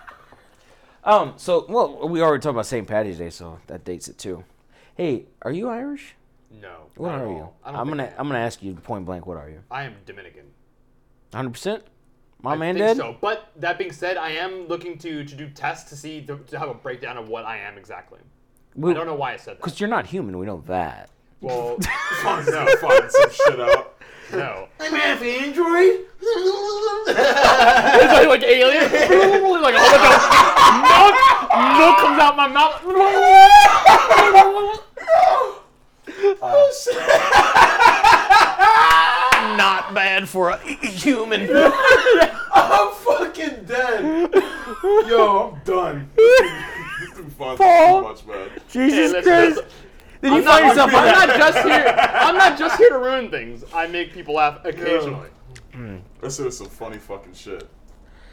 um. So, well, we already talked about St. Patty's Day, so that dates it too. Hey, are you Irish?
No.
What
not at
are
all.
you?
I don't
I'm
think
gonna I'm gonna ask you point blank. What are you?
I am Dominican.
100. percent My
I
man
think
did.
So, but that being said, I am looking to to do tests to see to, to have a breakdown of what I am exactly. I don't know why I said that.
Because you're not human. We know
(laughs)
that. (laughs)
Well,
Fuck, (laughs) no, fucking some shit up.
no.
man, for Android.
It's like, like (laughs) alien. like a whole bunch of milk, milk comes out
(laughs)
my mouth. Not bad for a human.
(laughs) I'm fucking dead. Yo, I'm
(laughs)
done. this dude fucking too much, man.
Jesus
let's-
Christ. Did you find yourself
I'm
on
not just here. I'm not just here to ruin things. I make people laugh occasionally.
This is some funny fucking shit.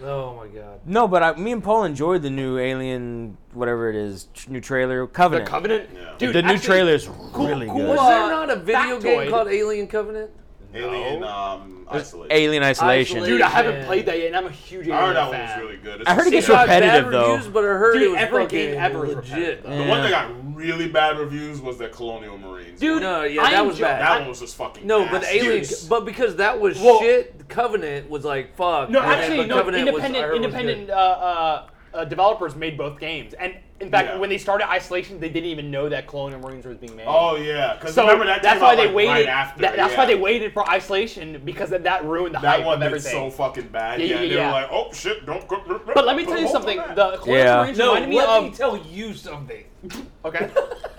Oh my god.
No, but I, me and Paul enjoyed the new Alien, whatever it is, tr- new trailer
The
Covenant.
Covenant,
Yeah.
dude.
The new
actually-
trailer is really
Was
good.
uh,
there not a video game
factoid.
called Alien Covenant?
Alien, um, isolate.
Alien Isolation.
Isolation.
Dude, I haven't
Yeah.
played that yet, and I'm a huge.
I heard
Alien
that one was
fan.
really good.
I heard it
It's
gets
the same-
Got bad
repetitive, though.
Reviews, but I heard
Dude,
it was
every
fucking
game ever is
legit.
repetitive,
though.
The one that got really bad reviews was the Colonial Marines.
Dude,
No, yeah,
I
that was
enjoy-
bad.
that one was just fucking.
No, but
ass.
Alien,
Dude,
but because that was
Well-
shit, Covenant was like fuck.
No,
and then-
actually,
but
no.
Covenant was- I
Independent,
heard was
independent
good.
uh, uh, uh, developers made both games, and in fact,
Yeah.
when they started Isolation, they didn't even know that Colonial Marines was being made.
Oh yeah, because
so
remember that
that's
came
why
out,
they
like,
waited.
right after.
that- that's
yeah.
why they waited for Isolation because that, that ruined the
That
hype
one
of
did
everything.
so fucking bad.
Yeah,
Yeah,
yeah,
they
yeah.
were like, oh shit, don't. But
but let me tell you something. The Colonial
Yeah.
Marines
No,
reminded me
let
of
me tell you something.
(laughs) okay.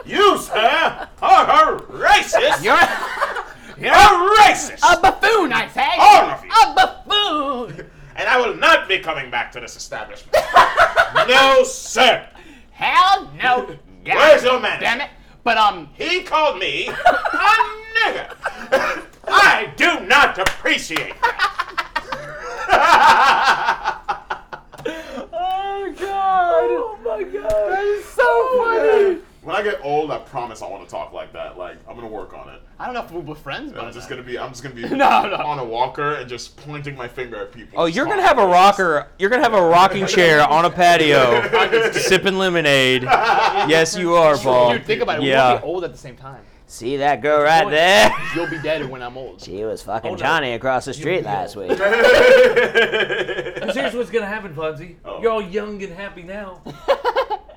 you, sir, are a racist.
You're
You're a racist.
buffoon, I say.
All of you.
buffoon.
(laughs) and I will not be coming back to this establishment. (laughs) no, sir.
Hell no. God
Where's your manager?
Damn it.
(laughs)
But um,
He called me a nigger. (laughs) I do not appreciate that.
Oh god! Oh my god! That is so funny.
(laughs) When I get old, I promise I want to talk like that. Like I'm gonna work on it.
I don't know if we'll be friends, but
I'm just gonna be. I'm just
(laughs)
gonna be
No, no.
on a walker and just pointing my finger at people.
Oh,
Just
you're gonna
talking
have a
like (laughs)
rocker. You're gonna have a
(laughs)
rocking chair on a patio,
(laughs)
sipping lemonade. Yes, you are, Paul.
Dude, think about it. We'll
Oh, Yeah.
be old at the same time.
See that girl right
(laughs)
there?
You'll be dead when I'm old.
She was fucking
no.
Johnny across the street last week.
Because here's what's
Oh.
(laughs)
gonna happen, Fonzie. You're all young and happy now,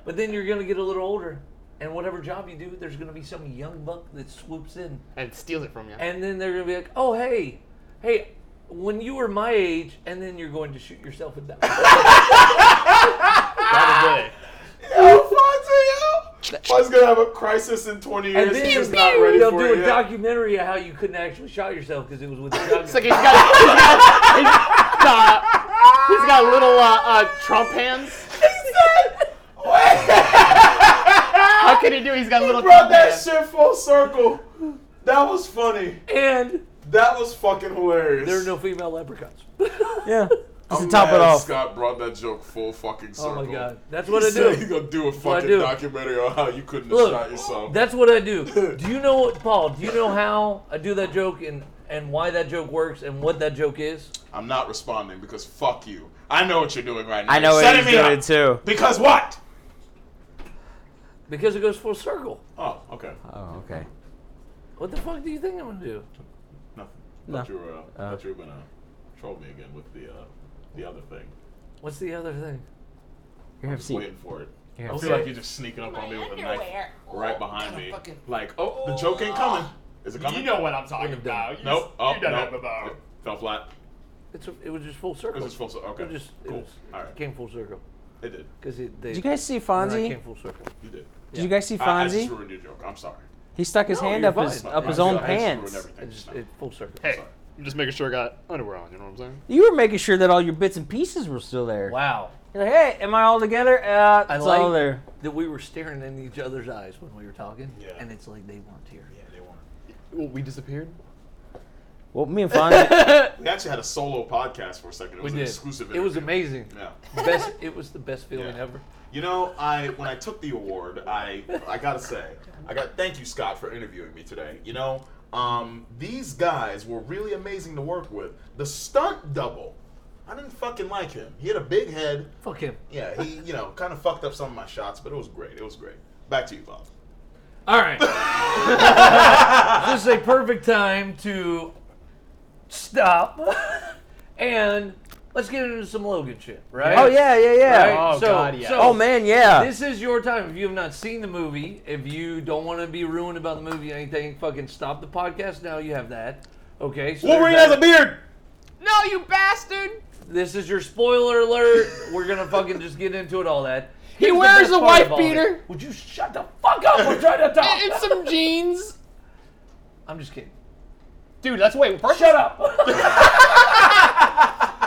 but then you're gonna get a little older, And whatever job you do, there's going to be some young buck that swoops in.
and steals it from you.
And then they're going to be like, oh, hey, hey, when you were my age, and then you're going to shoot yof
(laughs)
and die.
Probably.
I was gonna have a crisis in 20 years.
And then
He's just not ready
they'll
for
do
it
a
yet.
documentary of how you couldn't actually shot yourself because it was with the gun.
(laughs) It's like he's got, he's got, he's got, he's got little uh, uh, Trump hands. How can he do? He's got little
Bro,
Trump
that
hands.
shit full circle. That was funny.
and
That was fucking hilarious.
there are no female leprechauns. Oh
Yeah.
Oh,
Just
I'm
to top
mad
it off.
Scott brought that joke full fucking
Oh
circle.
my god, that's what
he
I
said He's
do.
gonna do a
I
fucking
do.
documentary on how you couldn't have
Look,
shot yourself.
That's what I do.
(laughs)
Do you know what, Paul? Do you know how I do that joke and and why that joke works and what that joke is?
I'm not responding because fuck you. I know what you're doing right now.
I know
You're
what
setting
he's
me
doing
up.
too.
Because what?
Because it goes full circle.
Oh, okay.
Oh, okay.
What the fuck do you think I'm gonna do?
Nothing.
No.
Thought you were, uh, thought you were gonna troll me again with the uh, the other thing.
What's the other thing?
Here, have a seat.
Waiting for it.
Here,
I
have a
feel
seat.
like you're just sneaking up on me with a knife
underwear.
right behind me. Like, oh, the joke ain't coming. Is it coming?
You know what I'm talking about. You,
Nope. Oh,
you done
nope.
that before.
It fell flat.
It's it was just full circle.
It was full circle.
It
Okay.
just it
cool.
was-
All
it
right.
came full circle
It did.
because it they
Did you guys see
then I
Fonzie?
came full circle.
You did.
Did you guys see
I, I just
Fonzie?
ruined your joke. I'm sorry.
He stuck his
No,
hand
you're
up his
fine.
up his
I
own
just- I
just ruined
pants.
everything.
It just it full circle.
Hey, I'm just making sure I got underwear on. You know what I'm saying?
You were making sure that all your bits and pieces were still there.
Wow,
You're like, hey, am I all together? Uh, it's
I
all
like-
there.
that we were staring in each other's eyes when we were talking,
Yeah.
and it's like they weren't here.
Yeah, they weren't.
Well, we disappeared.
Well, me and Fonzie.
(laughs)
We actually had a solo podcast for a second. It was
We
an
did.
exclusive.
It was
interview.
amazing.
Yeah.
best. It was the best feeling
Yeah.
ever.
You know, I when I took the award, I I gotta say, I got thank you Scott for interviewing me today. You know, um, these guys were really amazing to work with. The stunt double, I didn't fucking like him. He had a big head.
Fuck him.
Yeah, he you know kind of fucked up some of my shots, but it was great. It was great. Back to you, Bob.
All right. this is a perfect time to stop and let's get into some Logan shit, right?
oh yeah, yeah, yeah.
Right?
Oh, God, yeah.
Oh man, yeah.
This is your time. If you have not seen the movie, if you don't want to be ruined about the movie or anything, fucking stop the podcast now. You have that. Okay. So
Wolverine
there's that.
has a beard.
No, you bastard!
This is your spoiler alert. We're gonna fucking just get into it all that.
He
Here's the
wears
best
a
part
wife
of all this.
beater.
Would you shut the fuck up? We're trying to talk.
And some jeans.
I'm just kidding.
Dude, let's wait. First,
Shut up.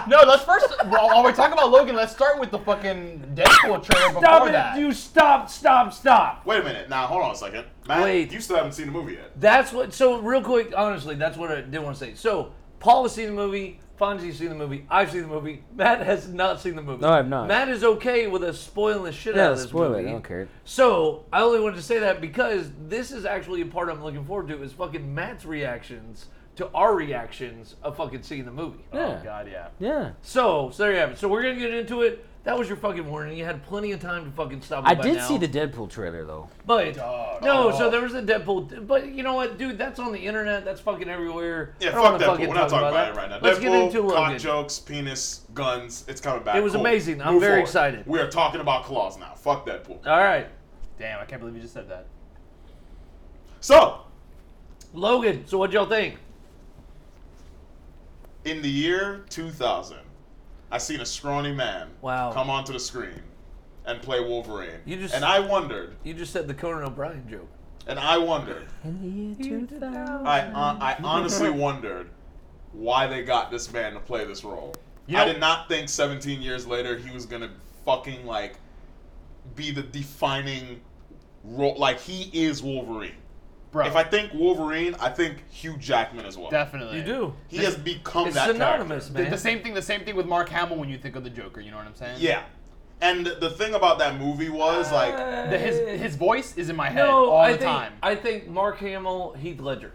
No, let's first. While, while we talk about Logan, let's start with the fucking Deadpool trailer before
Stop it.
that.
You stop, stop, stop.
Wait a minute. Now hold on a second, Matt.
Wait.
You still haven't seen the movie yet.
That's what. So real quick, honestly, that's what I did want to say. So Paul has seen the movie. Fonzie's seen the movie. I've seen the movie. (laughs) Matt has not seen the movie.
No, I have not.
Matt is okay with us spoiling the shit out
yeah,
of this
spoil it. I
movie.
don't care.
So I only wanted to say that because this is actually a part I'm looking forward to is fucking Matt's reactions to our reactions of fucking seeing the movie.
Yeah.
God, yeah.
Yeah.
So, so there you have it. So we're gonna get into it. That was your fucking warning. You had plenty of time to fucking stop. it
I
by
did
now.
see the Deadpool trailer though.
But no,
Oh.
so there was a Deadpool. But you know what, dude? That's on the internet. That's fucking everywhere. I
Yeah,
don't
fuck
wanna
Deadpool.
fucking
We're not
talk
talking about it right now.
Let's
Deadpool,
get into
cock
Logan.
jokes, penis, guns. It's coming back.
It was
Cool.
amazing. I'm
Move
very
forward.
excited.
We are talking about claws now. Fuck Deadpool.
All right,
Damn, I can't believe you just said that.
So,
Logan. So what y'all think?
in the year 2000, I seen a scrawny man
Wow.
come onto the screen and play Wolverine.
You just-
and I wondered,
You just said the Conan O'Brien joke.
and I wondered,
In the year 2000.
I hon- I honestly wondered why they got this man to play this role.
know-
I did not think 17 years later he was gonna fucking like be the defining role. Like he is Wolverine.
Bro,
If I think Wolverine, I think Hugh Jackman as well.
definitely.
You do.
He has become
It's
that
synonymous,
character.
The,
man.
the same thing. The same thing with Mark Hamill when you think of the Joker. You know what I'm saying?
Yeah. And the thing about that movie was like,
The- his his voice is in my head
no,
all
I
the
think
time. I,
I think Mark Hamill, Heath Ledger.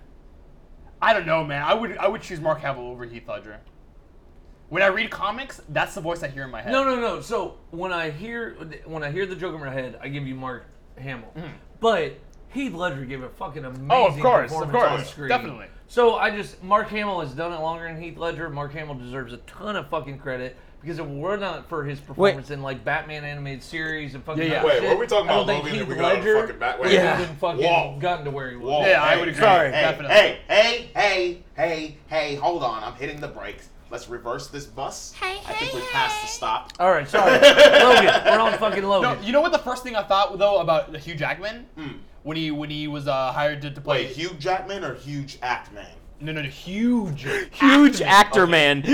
don't know, man. I would I would choose Mark Hamill over Heath Ledger. When I read comics, that's the voice I hear in my head.
No, no, no. So when I hear when I hear the joke in my head, I give you Mark Hamill. But Heath Ledger gave a fucking amazing
Hmm. Oh, of course, of
performance
course,
on screen.
definitely.
So I just Mark Hamill has done it longer than Heath Ledger. Mark Hamill deserves a ton of fucking credit Because if it were not for his performance in like Batman animated series and fucking
Yeah, yeah.
other
Wait,
shit,
were we talking
I don't
about a
think
movie that
Heath
we got on the
Ledger
fucking bat-
would
wait.
have
Yeah.
even fucking
Whoa.
gotten to where he was.
Whoa,
Yeah, I
hey,
would agree.
Hey,
Definitely.
hey, hey, hey, hey, hey, hold on. I'm hitting the brakes. Let's reverse this bus.
Hey,
I think
hey,
we passed the
hey.
stop.
All right,
(laughs)
sorry, Logan. We're on fucking
No,
Logan.
you know what the first thing I thought though about Hugh Jackman when he when he was uh, hired to, to play
Hmm. Wait, Hugh Jackman or huge act man?
no no no huge
Huge actor man.
(laughs)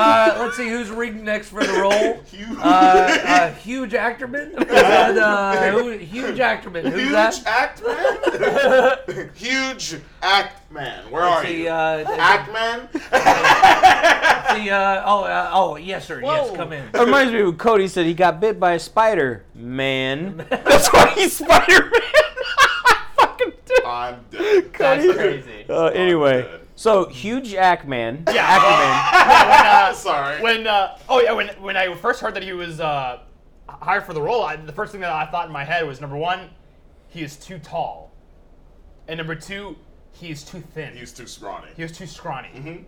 Uh, let's see who's reading next for the
(laughs)
role.
Huge, (laughs)
Uh, uh, huge Ackerman. Is that, uh, who, huge Ackerman. Who's
huge
that?
act
(laughs)
man. huge act man. Where are
The
you?
uh,
act man.
(laughs)
the uh, oh uh, oh yes sir yes
Whoa.
come in.
That (laughs) reminds me of what Cody said he got bit by a spider
(laughs)
man. That's why he's Spider Man. fucking dude.
I'm dead.
That's
Cody.
crazy.
Uh, anyway,
good.
so huge (laughs) Ackman. Ackerman.
(laughs)
Uh,
Sorry. (laughs)
when uh, oh yeah, when when I first heard that he was uh, hired for the role, I, the first thing that I thought in my head was number one, he is too tall, and number two, he is too thin.
He's too scrawny.
he was too scrawny.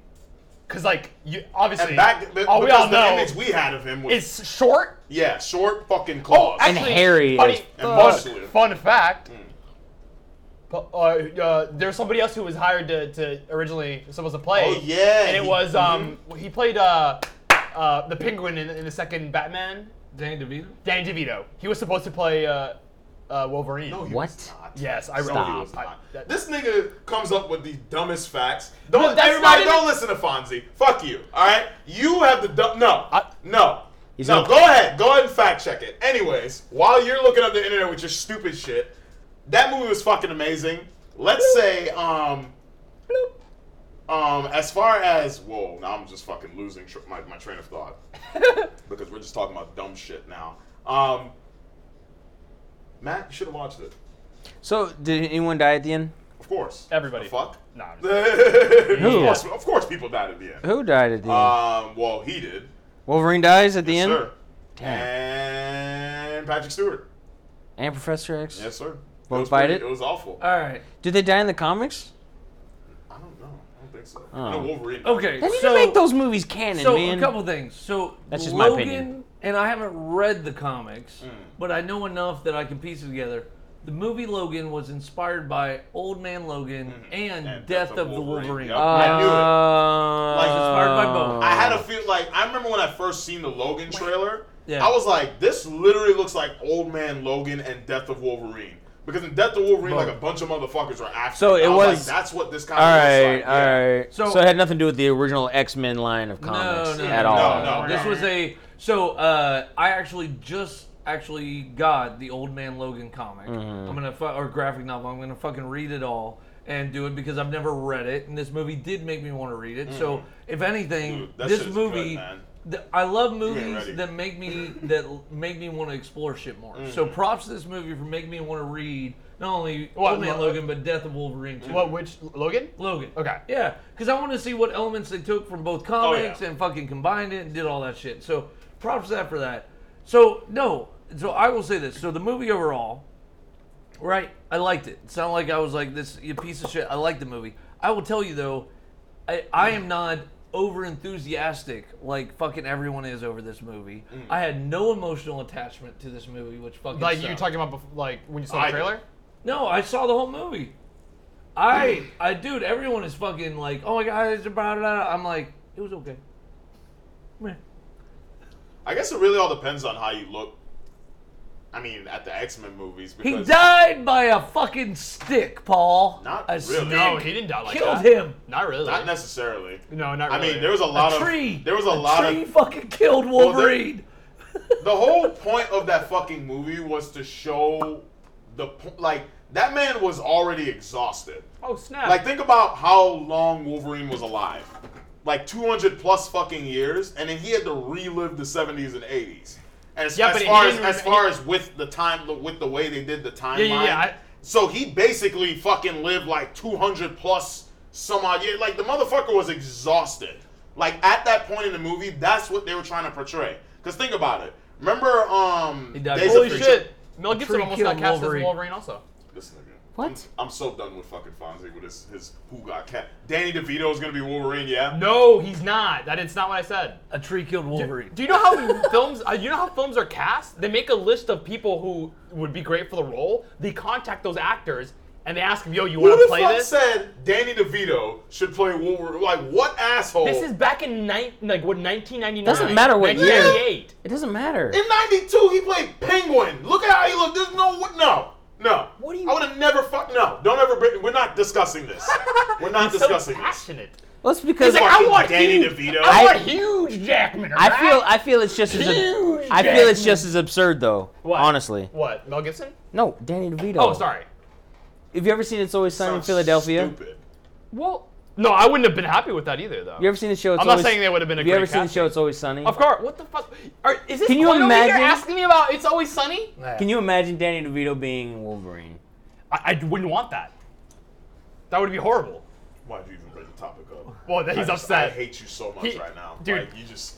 Cause like you obviously,
Mm-hmm. And back, be-
all Oh, we
because
all
the
know
image we had of him was
is short.
yeah, short
Oh,
fucking claws.
And hairy
funny-
as
Oh, And
fun-
muscular. Mm.
Fun fact. but, Uh, uh, there's somebody else who was hired to, to originally supposed to play.
Oh, yeah,
and it
he- mm-hmm.
was um he played uh, uh the Penguin in, in the second Batman
Danny DeVito.
Danny DeVito. He was supposed to play uh, uh, Wolverine.
no, he
What?
was not.
yes, I
No, he
remember.
was not.
I- that-
This nigga comes up with the dumbest facts. Don't
that's
everybody
not
don't listen to Fonzie. Fuck you. All right, you have the dumb. No,
I-
no.
He's
no,
not-
go ahead. Go ahead and fact check it. Anyways, while you're looking up the internet with your stupid shit, that movie was fucking amazing. Let's say, um, um, as far as whoa, now I'm just fucking losing tr- my, my train of
(laughs)
thought because we're just talking about dumb shit now. Um, Matt, you should have watched it.
(laughs) So, did anyone die at the end?
Of course.
Everybody.
The fuck? (laughs)
No, I'm
of,
Who?
course, of course people died at the end.
Who died at the end?
Um, well, he did.
Wolverine dies at the
Yes,
end?
sir.
Damn.
And Patrick Stewart.
And Professor X?
Yes, sir.
Both
it was
bite
pretty-
it?
It was awful.
All right.
Did they die in the comics?
I don't know. I don't think so.
Oh.
I know Wolverine.
Okay.
They need
so
to make those movies canon,
so
man.
a couple things. So
That's just my
Logan
opinion.
and I haven't read the comics, but I know enough that I can piece it together. The movie Logan was inspired by Old Man Logan and,
And
Death, of, the Wolverine.
Yup,
uh,
I knew it.
inspired by both.
I had a feel like I remember when I first seen the Logan trailer.
Yeah.
I was like, this literally looks like Old Man Logan and Death of Wolverine. Because in Death of Wolverine, like a bunch of motherfuckers are after.
So
him.
it
I was,
was-
like, that's what this kind
All
of looks
right,
like.
all
Yeah.
right. So,
So-
it had nothing to do with the original X Men line of comics
no, no,
at
no,
all.
No, no.
This was a so uh, I actually just actually got the Old Man Logan comic.
Mm-hmm.
I'm gonna fu- or graphic novel. I'm gonna fucking read it all and do it because I've never read it, and this movie did make me want to read it. So if anything,
Dude, that
this
shit's
movie.
good, man.
th- I love
ready.
movies that make me that l- make me want to explore shit more. So props to this movie for making me want to read not only
What,
Old Man
Lo-
Logan but Death of Wolverine too.
What? Which Logan?
Logan.
Okay.
Yeah, because I want to see what elements they took from both comics and fucking combined it and did all that shit. So props to that for that. So no, so I will say this. So the movie overall, right? I liked it. It's not like I was like this you piece of shit. I liked the movie. I will tell you though, I, I am not over enthusiastic like fucking everyone is over this movie. I had no emotional attachment to this movie, which fucking
Like you were
sucked.
talking about before, like when you saw
I-
the trailer?
No, I saw the whole movie. I, I, dude, everyone is fucking like, oh my god, it's about it. I'm like, it was okay. Meh.
I guess it really all depends on how you look. I mean, at the X Men movies
He
because
died by a fucking stick, Paul.
Not
a
really.
Stick
No, he didn't die like
killed
that.
him.
Not really.
not necessarily.
no, not
I
really.
mean, there was a lot
A
of
tree.
there was a, lot
tree
of
fucking killed
Well, there-
Wolverine.
(laughs) the whole point of that fucking movie was to show the po- like that man was already exhausted.
oh snap!
Like think about how long Wolverine was alive. Like 200 plus fucking years and then he had to relive the 70s and 80s. As,
Yeah,
as
but
far
he
as
didn't
as
rem-
far as with the time with the way they did the timeline.
yeah, yeah, I-
so he basically fucking lived like 200 plus some odd year. Like the motherfucker was exhausted. Like at that point in the movie, that's what they were trying to portray. Cause think about it. Remember um
He died of
Days of
Holy
Tree
Future-
shit! Mel Gibson
tree
almost
killed
got cast
Wolverine.
as Wolverine also.
This nigga.
What?
I'm so done with fucking Fonzie with his, his who got cat. Danny DeVito is gonna be Wolverine, yeah.
No, he's not. That is not what I said.
A tree killed Wolverine.
Do you know (laughs) how films? Uh, you know how films are cast? They make a list of people who would be great for the role. They contact those actors and they ask them, "Yo, you
Who
want to
the
play
fuck
this?"
said Danny DeVito should play Wolverine? Like what asshole?
This is back in nine, like what 1999.
Doesn't matter what year.
1998.
It doesn't matter.
in '92 he played Penguin. Look at how he looked. There's no no no.
What do you-
I would have never fuck no. Don't ever. bring- We're not discussing
(laughs)
this. We're not
He's so
discussing this.
passionate.
Well, it's because
He's like,
Fucking
I want
Danny
you.
DeVito.
I want huge Jackman.
I
right?
feel I feel it's just as
Huge
ab- I feel it's just as absurd though.
What?
Honestly,
What Mel Gibson?
no, Danny DeVito.
Oh, sorry.
Have you ever seen It's Always Sunny in
Sounds
Philadelphia?
Stupid.
Well, no, I wouldn't have been happy with that either, though.
You ever seen the show? It's
I'm not
Always-
saying they would have been a
Have you ever
great
seen the
casting.
show? It's Always Sunny.
of course. What the fuck? Are, is this
Can you
Clint over here
imagine-
asking me about It's Always Sunny?
Can you imagine Danny DeVito being Wolverine?
I, I wouldn't want that. That would be horrible.
Why'd you even bring the topic up?
Well, that
I
he's
just-
upset.
I hate you so much
He-
right now,
dude.
Like, you just.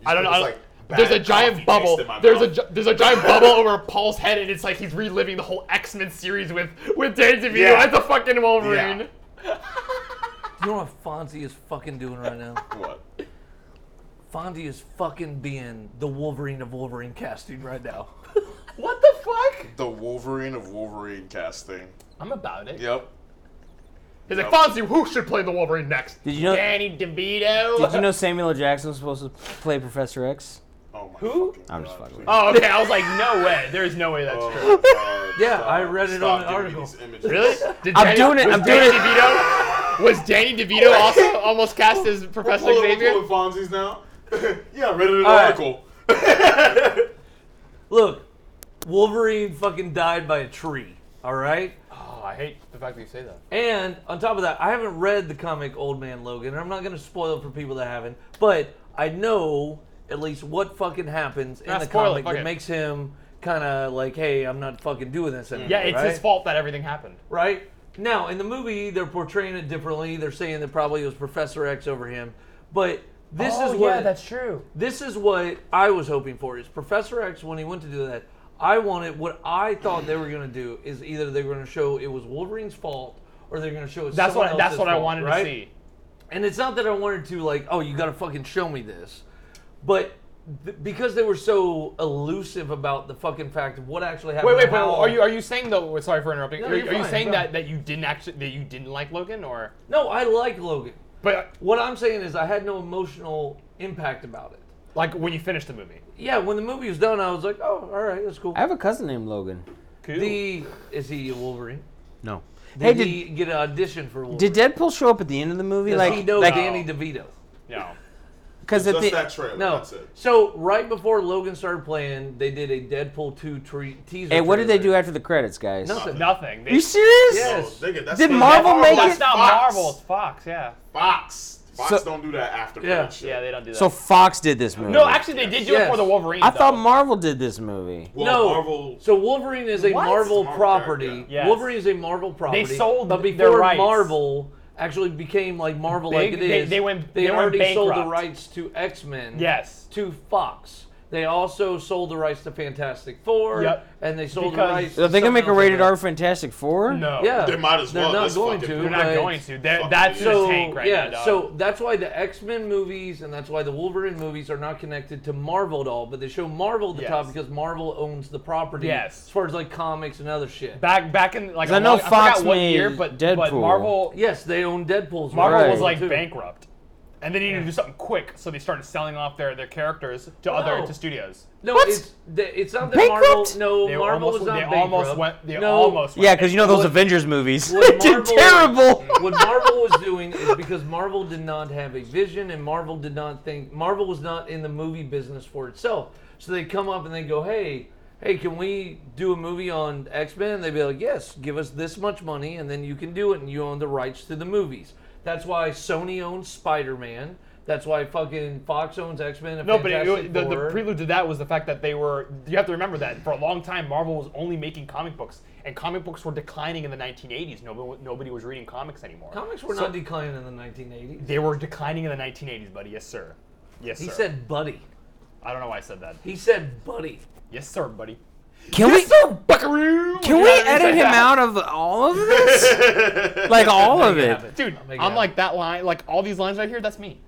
you
I don't know.
just
I
put this, like,
don't- there's a
bad
giant
coffee
bubble.
taste in my
There's a
mouth.
gi- there's a giant (laughs) bubble over Paul's head, and it's like he's reliving the whole X Men series with with Danny DeVito
Yeah.
as the fucking Wolverine.
Yeah.
You know what Fonzie is fucking doing right
(laughs)
now?
What?
Fonzie is fucking being the Wolverine of Wolverine casting right now.
What the fuck?
The Wolverine of Wolverine casting.
I'm about it.
Yep.
He's
Yep.
like Fonzie. Who should play the Wolverine next?
Did you know-
Danny DeVito?
Did you know Samuel L. Jackson was supposed to play Professor X?
Oh my
Who?
fucking
I'm
God,
just fucking
please.
with
Oh, okay. I was like, no way. There's no way that's
Oh
true.
my God,
(laughs) Yeah,
stop.
I read it on
Stop
an
giving me
article.
these images.
Really? Did
I'm doing it,
was
I'm doing
Danny
it.
DeVito, was Danny (laughs) DeVito also almost cast as
We're
Professor
pulling,
Xavier?
we're pulling Fonzie's now. (laughs) yeah, I read it in an
right.
article.
Look, Wolverine fucking died by a tree, all right?
Oh, I hate the fact that you say that.
And on top of that, I haven't read the comic Old Man Logan. and I'm not going to spoil it for people that haven't, but I know at least what fucking happens in
Nah,
the
spoil it,
comic
fuck
that
it.
makes him kind of like, hey, I'm not fucking doing this anymore.
Yeah, it's
right?
his fault that everything happened.
right? Now, in the movie, they're portraying it differently. They're saying that probably it was Professor X over him, but this is what
true.
this is what I was hoping for. Is Professor X when he went to do that? I wanted what I thought they were going to do is either they were going to show it was Wolverine's fault or they're going to show it.
That's
someone
what that's
else's
what I
fault,
wanted
right?
to see.
And it's not that I wanted to like, oh, you got to fucking show me this, but. th- Because they were so elusive about the fucking fact of what actually happened.
Wait, wait,
and
but
how-
are you are you saying though? Sorry for interrupting.
No,
are,
you're
are you
fine,
saying
go.
that that you didn't actually that you didn't like Logan or?
No, I like Logan.
But
What I'm saying is I had no emotional impact about it.
like when you finished the movie,
Yeah, when the movie was done, I was like, oh, all right, that's cool.
I have a cousin named Logan.
cool.
The is he a Wolverine?
No.
Did
hey,
he
did,
get an audition for Wolverine?
did Deadpool show up at the end of the movie?
Does
like,
he know
like,
Danny DeVito?
no.
because at
Just
the
that trailer.
No.
That's it.
So right before Logan started playing, they did a Deadpool two tre- teaser.
hey, what did they do
trailer.
after the credits, guys?
Nothing.
Nothing. They,
Are you serious?
Yeah.
Oh, nigga, that's
Did
not-
Marvel make
that's
it-
not
Fox.
Marvel. It's Fox. Yeah.
Fox. Fox
So-
don't do that after
Yeah.
shit.
Yeah, they don't do that.
So Fox did this movie.
no, actually, they did do
Yes.
it for the Wolverine.
I
though.
thought Marvel did this movie.
Well,
no. (laughs)
Marvel. (laughs)
So Wolverine is a
What?
Marvel,
It's a Marvel
property.
character,
yeah. Yes.
Wolverine is a Marvel property.
sold
but
their
before
rights.
Marvel actually became like Marvel like
Big-
it
they-
is.
they went-
They,
they went
already sold the
bankrupt.
rights to X Men.
Yes.
To Fox. They also sold the rights to Fantastic Four.
Yep.
And they sold
Because-
the rights.
Are they
to
gonna make a
something
rated R
else.
Fantastic Four?
No.
Yeah.
Oh, They might as
They're
well.
not
Let's
going
fucking
to,
do
They're
it.
but-
not
Right.
going to. They're,
Fucking idiots.
that's in
So
the tank right
yeah,
now. dog.
so that's why the X Men movies and that's why the Wolverine movies are not connected to Marvel at all, but they show Marvel at the
Yes.
top because Marvel owns the property.
Yes.
As far as like comics and other shit.
back back in like
'Cause I
a
know
long-
Fox
forgot what
made
year, but but
Deadpool.
Marvel
yes, they own Deadpool's.
Marvel
rights
was
Right.
like
too.
bankrupt, and they needed to do something quick, so they started selling off their their characters to other
No.
to studios.
No,
What?
it's the, it's not that
Bankrupt?
Marvel. No,
They were
Marvel
almost
was not
they
bankrupt.
almost went they
no,
almost went
Yeah, because you know those
What-
Avengers movies
what
they (laughs) did
Marvel-
terrible.
what Marvel was doing is because Marvel did not have a vision and Marvel did not think Marvel was not in the movie business for itself. So they come up and they go, "Hey, hey, can we do a movie on X-Men?" And they'd be like, "Yes, give us this much money and then you can do it and you own the rights to the movies." That's why Sony owns Spider-Man. That's why fucking Fox owns X-Men and
No, but it,
Fantastic
the, the
Four.
prelude to that was the fact that they were. You have to remember that for a long time, Marvel was only making comic books, and comic books were declining in the 1980s. Nobody, nobody was reading comics anymore.
comics were
So-
not declining in the 1980s.
They were declining in the 1980s, buddy. Yes, sir. Yes,
He
sir.
said, "Buddy."
I don't know why I said that.
He said, "Buddy."
Yes, sir, buddy.
Can we
Buckaroo.
can we edit him out of all of this? like all of it.
Dude,
I'll make it
I'm
happen.
like that line, like all these lines right here. That's me.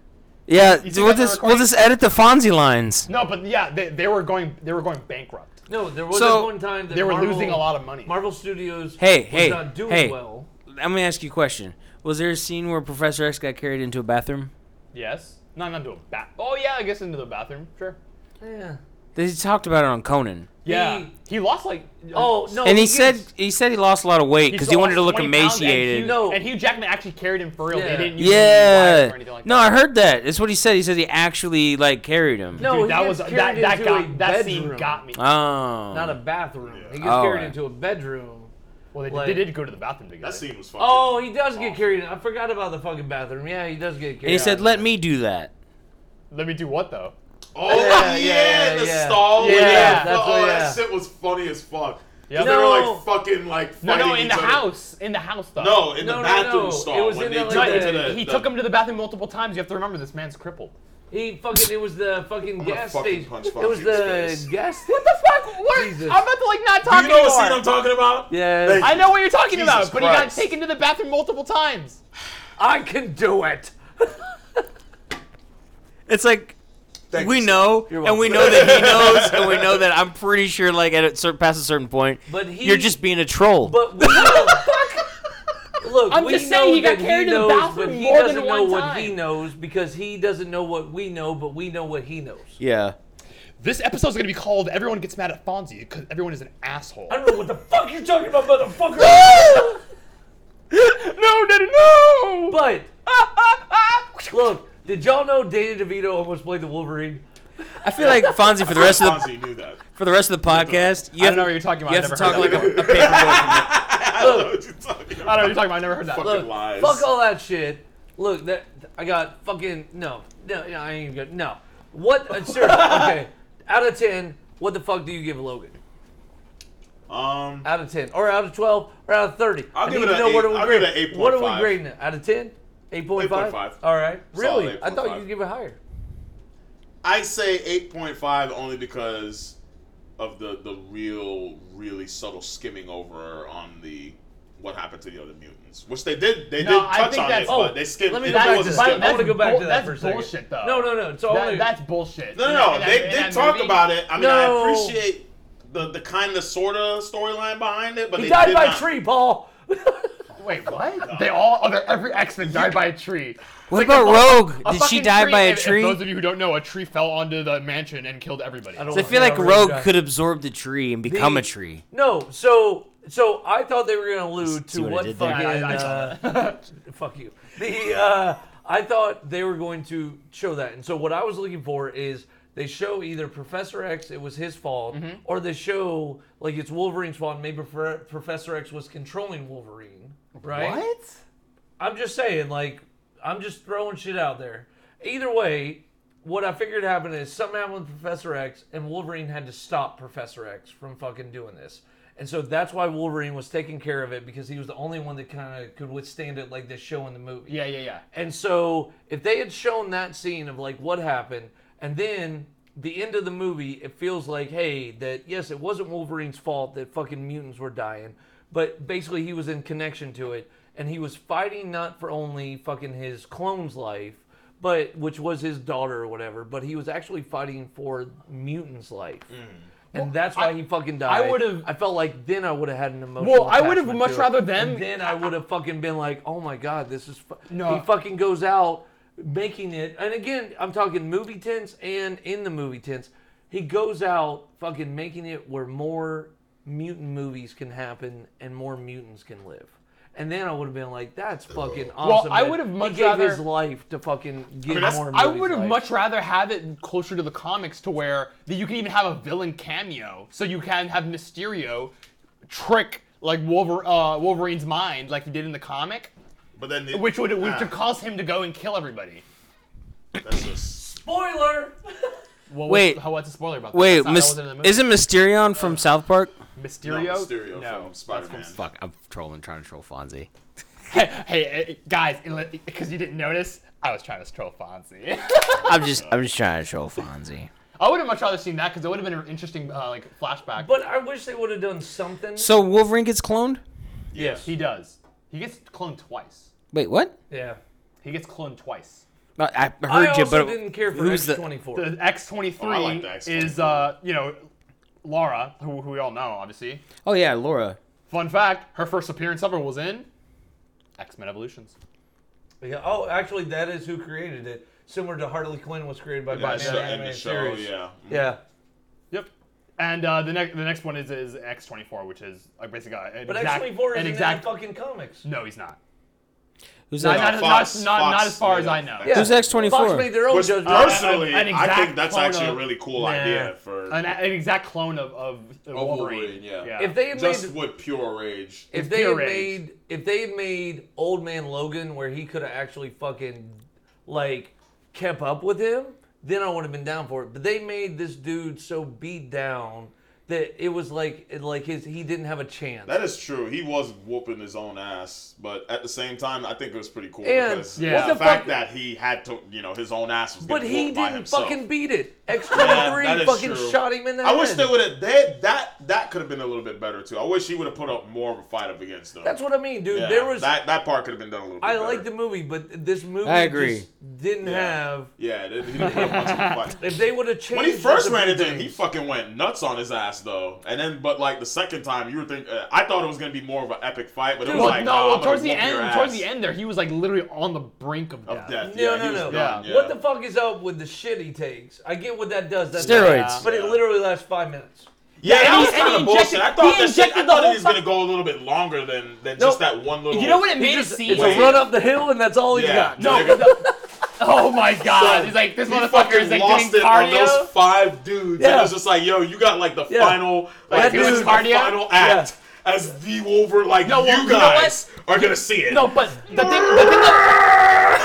Yeah,
think
we'll
that's a
just we'll
recording?
just edit the Fonzie lines.
No, but yeah, they, they were going, they were going bankrupt.
No, there was
So,
this one time that
They were
Marvel,
losing a lot of money.
Marvel Studios
Hey,
was
hey,
not doing
hey.
well.
Let me ask you a question. Was there a scene where Professor X got carried into a bathroom?
yes. No, not into a bath. Oh yeah, I guess into the bathroom. Sure.
Yeah.
They talked about it on Conan.
Yeah.
He-
He, lost like.
Oh no.
and he
gets-
said he said he lost a lot of weight because he
still
wanted to look
lost 20 pounds,
emaciated.
And,
No.
Hugh- and Hugh Jackman actually carried him for real.
Yeah.
They didn't use any wires
yeah.
or anything like
no,
that.
I heard that. It's what he said. He said he actually like carried him.
No,
Dude,
he
that
gets
was that
carried
that
into a
got that scene
bedroom.
got me.
Oh.
Not a bathroom. He gets
Oh,
carried
right.
into a bedroom.
Well, they,
Like-
they did go to the bathroom together.
That scene was fucking.
Oh, he does get carried. in. I forgot about the fucking bathroom. Yeah, he does get carried.
and he said,
out.
"Let me do that."
Let me do what though?
Oh
Yeah,
yeah,
yeah,
the
yeah.
stall.
Yeah,
Yeah,
yeah,
that's
oh,
what- yeah.
that shit was funny as fuck.
Yeah.
They were
No.
like fucking like
No,
fighting
no, in
each
the
other.
house, in the house though.
No, in
No, no,
the bathroom
no.
stall.
It was
when
in
they
the, like,
No,
took
the-
him to the,
he
the-
took him to the bathroom multiple times. You have to remember this man's crippled.
He fucking. It was the fucking
gonna
gas
fucking
station.
punch
It was
Fonzie's
the
face.
gas. What
the fuck? What?
Jesus.
I'm about to like not talk
You know what
anymore.
scene I'm talking about?
Yeah.
They-
I know what you're talking
Jesus
about, but he got
Christ.
taken to the bathroom multiple times.
I can do it.
It's like
Thank
we
you, sir.
know, and we know that he knows, and we (laughs) know that I'm pretty sure, like at a certain, past a certain point,
But he-
you're just being a troll.
But we know. Look,
I'm
we
just
know
saying he got
that he
carried to the
knows,
bathroom
but he
more than
doesn't know
one
what he
time.
knows because he doesn't know what we know, but we know what he knows.
yeah.
This episode's gonna be called "Everyone Gets Mad at Fonzie" because everyone is an (laughs) asshole.
I don't know what the fuck you're talking about, motherfucker.
no, Daddy, no!
but look, did y'all know Danny DeVito almost played the Wolverine?
I feel like Fonzie for the rest of the
Fonzie knew that. (laughs)
for the rest of the podcast. You
I
have,
don't know what you're talking about.
you
I
have to
never
talk
heard
like
that.
a, a (laughs) paperboy.
I don't know what you're talking about.
I don't know what you're talking about. I never heard that.
Fucking
Look,
lies.
fuck all that shit. Look, that I got fucking no, no, no I ain't even good. No, what? Uh,
(laughs)
seriously, okay. Out of ten, what the fuck do you give Logan?
Um,
Out of ten, or out of twelve, or out of thirty?
I'll
I
give
need
it
to
a
know what are
eight-
we
I'll give
grading?
it a eight
what
point
are we
five.
grading it? Out of ten? Eight point five.
8.5.
All right,
Solid
really? I thought you
8.5.
could give it higher.
I say 8.5 only because of the the real, really subtle skimming over on the what happened to the other mutants, which they did. They
No,
did
I
touch
think
on
that's-
it,
oh,
but they skimmed.
let me
it
go back
wasn't
to that.
skimming.
I wanna go back
bull-
to that
that's
for a second.
bullshit, though.
No, no, no. It's all
That, that's bullshit.
No,
In
no,
that-
no.
in
They
that- in
did
that
talk
movie-
about it. I mean,
No.
I appreciate the the kind of sorta storyline behind it, but
he
they
died
did
by a
not-
tree, Paul.
Wait, what? They all, oh, they're- every X-Men died by a tree.
What
Like,
about
a fu-
Rogue?
a
Did she
fucking
die by a
if- if
tree?
those of you who don't know, a tree fell onto the mansion and killed everybody.
I don't
So I
want
feel
that
like
really
Rogue
bad.
could absorb the tree and become
The-
a tree.
No, so so I thought they were gonna allude
See
to
what I
what,
did there?
fucking
I- I- I saw
uh, (laughs) fuck you. The uh, I thought they were going to show that, and so what I was looking for is they show either Professor X, it was his fault,
Mm-hmm.
or they show like it's Wolverine's fault. and Maybe Pro- Professor X was controlling Wolverine, right? I'm just saying, like, I'm just throwing shit out there. Either way, what I figured happened is something happened with Professor X, and Wolverine had to stop Professor X from fucking doing this. And so that's why Wolverine was taking care of it because he was the only one that kind of could withstand it, like they show in the movie.
Yeah, yeah, yeah.
And so if they had shown that scene of like what happened, and then the end of the movie, it feels like, hey, that yes, it wasn't Wolverine's fault that fucking mutants were dying, but basically he was in connection to it, and he was fighting not for only fucking his clone's life, but which was his daughter or whatever, but he was actually fighting for mutants' life. And that's why he fucking died.
would've-
I felt like then I would have had an emotional.
Well, I would've
attachment
much
to it.
rather them-
And then I would have fucking been like, oh my god, this is. Fu-.
No.
He fucking goes out making it, and again, I'm talking movie tense and in the movie tense. He goes out fucking making it where more mutant movies can happen and more mutants can live. And then I would have been like, that's fucking awesome.
I
that
would've
he
much
gave
rather-
his life to fucking get
that's-
more.
I
movies
would have
life.
much rather have it closer to the comics to where that you can even have a villain cameo, so you can have Mysterio trick like Wolver- uh, Wolverine's mind, like he did in the comic,
But then, the,
which would which
Ah,
would cause him to go and kill everybody.
that's just
spoiler.
Well,
Wait.
what's, how- what's the spoiler about that?
Wait,
That's not- that
Mys-
wasn't in the movie.
isn't Mysterion from South Park?
no,
Mysterio?
Mysterio from Spider-Man.
Fuck, I'm trolling, trying to troll Fonzie.
hey, hey, hey, guys, because you didn't notice, I was trying to troll Fonzie. (laughs)
I'm just, I'm just trying to troll Fonzie.
I would have much rather seen that because it would have been an interesting uh, like flashback.
But I wish they would have done something.
So Wolverine gets cloned?
yes, he does. He gets cloned twice.
Wait, what?
yeah.
He gets cloned twice.
No, I heard
I
you,
also
but
didn't care for
who's the-
X24.
The X twenty
Oh, I like
three
the X-23.
is uh you know Laura who, who we all know obviously.
oh yeah, Laura.
Fun fact: her first appearance ever was in X Men Evolutions.
Yeah. Oh, actually, that is who created it. Similar to Harley Quinn was created by
Yeah,
Batman
so,
the
and the
animated
show,
series.
yeah.
Yeah.
Yep. And uh, the next the next one is is X twenty four, which is like basically uh, an
But
exact
X24
an
isn't in
exact.
the fucking comics.
No, he's not.
Who's
Not,
that?
not,
Fox-
not, not,
Fox
not as far as
made
I
it.
know.
Yeah.
Who's X24?
Fox made their own
Which
judgment.
personally,
an
I think
exact
that's
clone
actually
of-
a really cool
Nah.
idea for
An, an exact clone of of, of
Wolverine,
Wolverine.
yeah.
if they had
just
made,
with pure rage.
if
it's
they had
pure age.
made, if they had made Old Man Logan where he could have actually fucking like kept up with him, then I would have been down for it. But they made this dude so beat down that it was like, like his, he didn't have a chance.
That is true. He was whooping his own ass, but at the same time, I think it was pretty cool
And
because
Yeah.
the,
what the
fact
fuck-
that he had to, you know, his own ass was.
but
getting
he
whooped by
didn't
himself.
fucking beat it. X23
that is
fucking
true.
shot him in the
I
head.
wish they would have. That that that could have been a little bit better too. I wish he would have put up more of a fight up against them.
That's what I mean, dude.
Yeah,
there was
that that part could have been done a little. bit
I
better.
like the movie, but this movie
I agree.
just didn't
Yeah.
have.
Yeah, they- he didn't put up much of
(laughs)
a fight.
If they would have changed
When he first
the
ran into him,
things-
he fucking went nuts on his ass though. And then, but like the second time, you were thinking, uh, I thought it was gonna be more of an epic fight, but it was
Well,
like,
no,
"Nah, I'm
towards the
gonna whoop your
end,
ass."
towards the end there, he was like literally on the brink of death.
of death.
No, no,
yeah, he was
no.
done, yeah.
What the fuck is up with the shit he takes? I get what that does. That's
Steroids.
but it
Yeah.
literally lasts five minutes.
Yeah,
and
that
he-
was
and
kind
he
of bullshit. I
injected-
thought
he
this shit, I
injected
thought
the
it was
whole
gonna go a little bit longer than than
No.
just that one little.
You know what it made it
Just,
seem?
it's
Wait.
a
(laughs)
run up the hill, and that's all he
Yeah,
got.
No,
nigga.
the- (laughs) oh my god!
So,
He's like this
He
motherfucker is
fucking
like
lost
getting
it on those
cardio.
five dudes. And
Yeah.
it was just like, yo, you got like the
Yeah.
final, like
That
this is the
dude-
cardio?
final act as the Wolver. Like
No, well,
you
you know what?
guys are gonna see it.
No, but the thing, the thing that the, the thing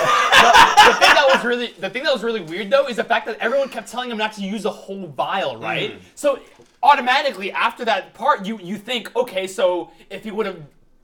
that was really the thing that was really weird though is the fact that everyone kept telling him not to use a whole vial, right?
Mm.
So automatically after that part, you you think, okay, so if he would have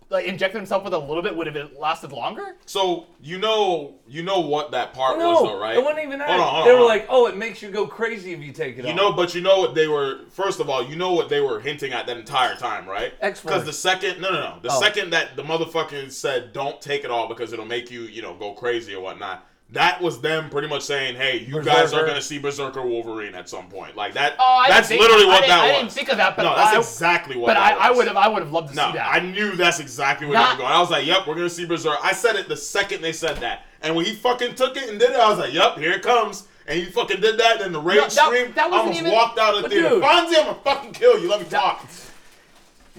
like injected himself with a little bit, would have it lasted longer?
So you know, you know what that part was,
No,
though, right?
it wasn't even that.
Hold on, hold
they
on,
were
hold on.
like, "Oh, it makes you go crazy if you take it."
You
off.
know, but you know what they were. First of all, you know what they were hinting at that entire time, right?
Excellent.
Because the second, no, no, no,
Oh.
the second that the motherfucking said, "Don't take it all because it'll make you, you know, go crazy or whatnot." That was them pretty much saying, "Hey, you guys are
Berserker.
gonna see Berserker Wolverine at some point." Like that.
Oh, I didn't
that's
think-
literally
I
what
didn't-
that
I
was.
didn't think of that, but
no, that's
I-
exactly what.
But I,
that
I
was.
would have I would have loved to
No,
see that.
I knew that's exactly where
Not-
they were going. I was like, "Yep, we're gonna see Berserk." I said it the second they said that, and when he fucking took it and did it, I was like, "Yep, here it comes." And he fucking did that, and the rage
No, that-
scream.
that
I
wasn't
almost
even-
walked out of the
But
theater.
dude-
Fonzie, I'm gonna fucking kill you. Let me talk.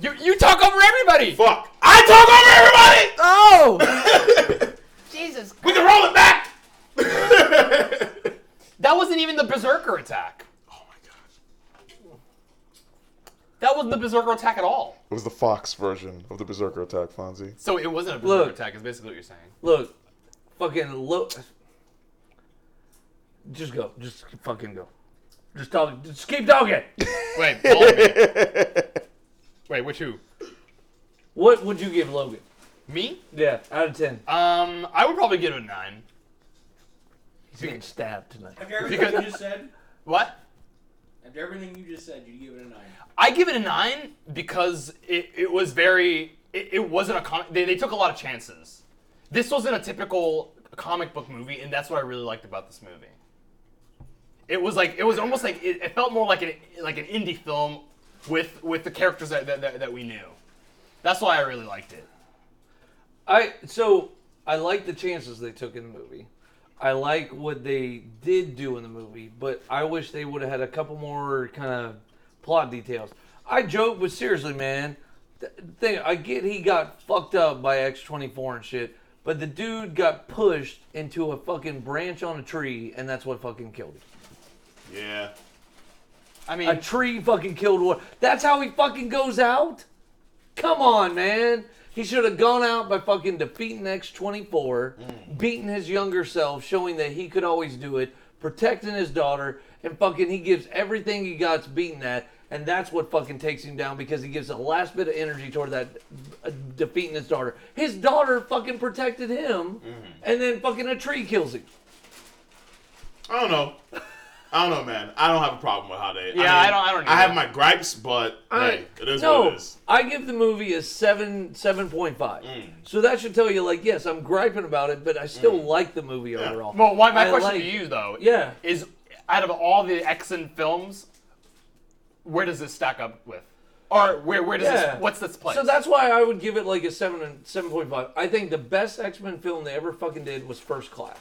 you you talk over everybody.
Fuck. I talk over
Oh!
everybody. Jesus. We can roll it back. (laughs)
That wasn't even the berserker attack.
oh my god.
That wasn't the berserker attack at all.
It was the Fox version of the Berserker attack, Fonzie.
So it wasn't a berserker
Look.
attack. Is basically what you're saying.
look, fucking look. Just go, just fucking go. Just talk, just keep talking.
(laughs)
Wait, all of
(laughs)
me. Wait, which who?
what would you give Logan?
Me?
Yeah, out of ten.
Um, I would probably give it a nine.
He's getting stabbed tonight.
After everything you just said,
What?
after everything you just said, you give it a nine.
I give it a nine because it, it was very it, it wasn't a comic. They, they took a lot of chances. This wasn't a typical comic book movie, and that's what I really liked about this movie. It was like it was almost like it, it felt more like an like an indie film with with the characters that that, that, that we knew. That's why I really liked it.
I so I like the chances they took in the movie. I like what they did do in the movie, but I wish they would have had a couple more kind of plot details. I joke, but seriously, man, th- thing I get he got fucked up by X twenty four and shit, but the dude got pushed into a fucking branch on a tree, and that's what fucking killed him.
(laughs) Yeah.
I mean,
A tree fucking killed one. That's how he fucking goes out? Come on, man. He should have gone out by fucking defeating X24, beating his younger self, showing that he could always do it, protecting his daughter, and fucking he gives everything he got's beating that. And that's what fucking takes him down because he gives the last bit of energy toward that uh, defeating his daughter. His daughter fucking protected him, and then fucking a tree kills him.
I don't know. I don't know, man. I don't have a problem with how they.
Yeah, I don't- I don't
I have
either.
my gripes, but
I-
hey, it is what it
No,
is. Mm.
I give the movie a seven seven point five. So that should tell you, like, yes, I'm griping about it, but I still like the movie overall.
Well, why, my
I
question
like-
to you though
Yeah.
is, out of all the Exxon films, where does this stack up with? Or where where does
Yeah.
this? What's this place?
So that's why I would give it like a seven and seven point five. I think the best X Men film they ever fucking did was First Class.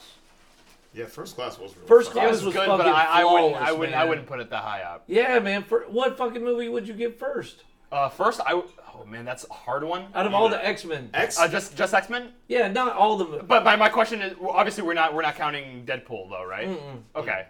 Yeah, first class was really
First
fun.
it
Class
was
was
good,
fucking
but I, I wouldn't I
flawless,
wouldn't I
man.
wouldn't put it that high up.
Yeah, man. For what fucking movie would you give first
Uh, first, I w- oh man, that's a hard one.
out of all the X Men?
X.
Uh, just just X Men.
Yeah, not all the. mo-
But my, my question is, well, obviously we're not we're not counting Deadpool though, right? Okay.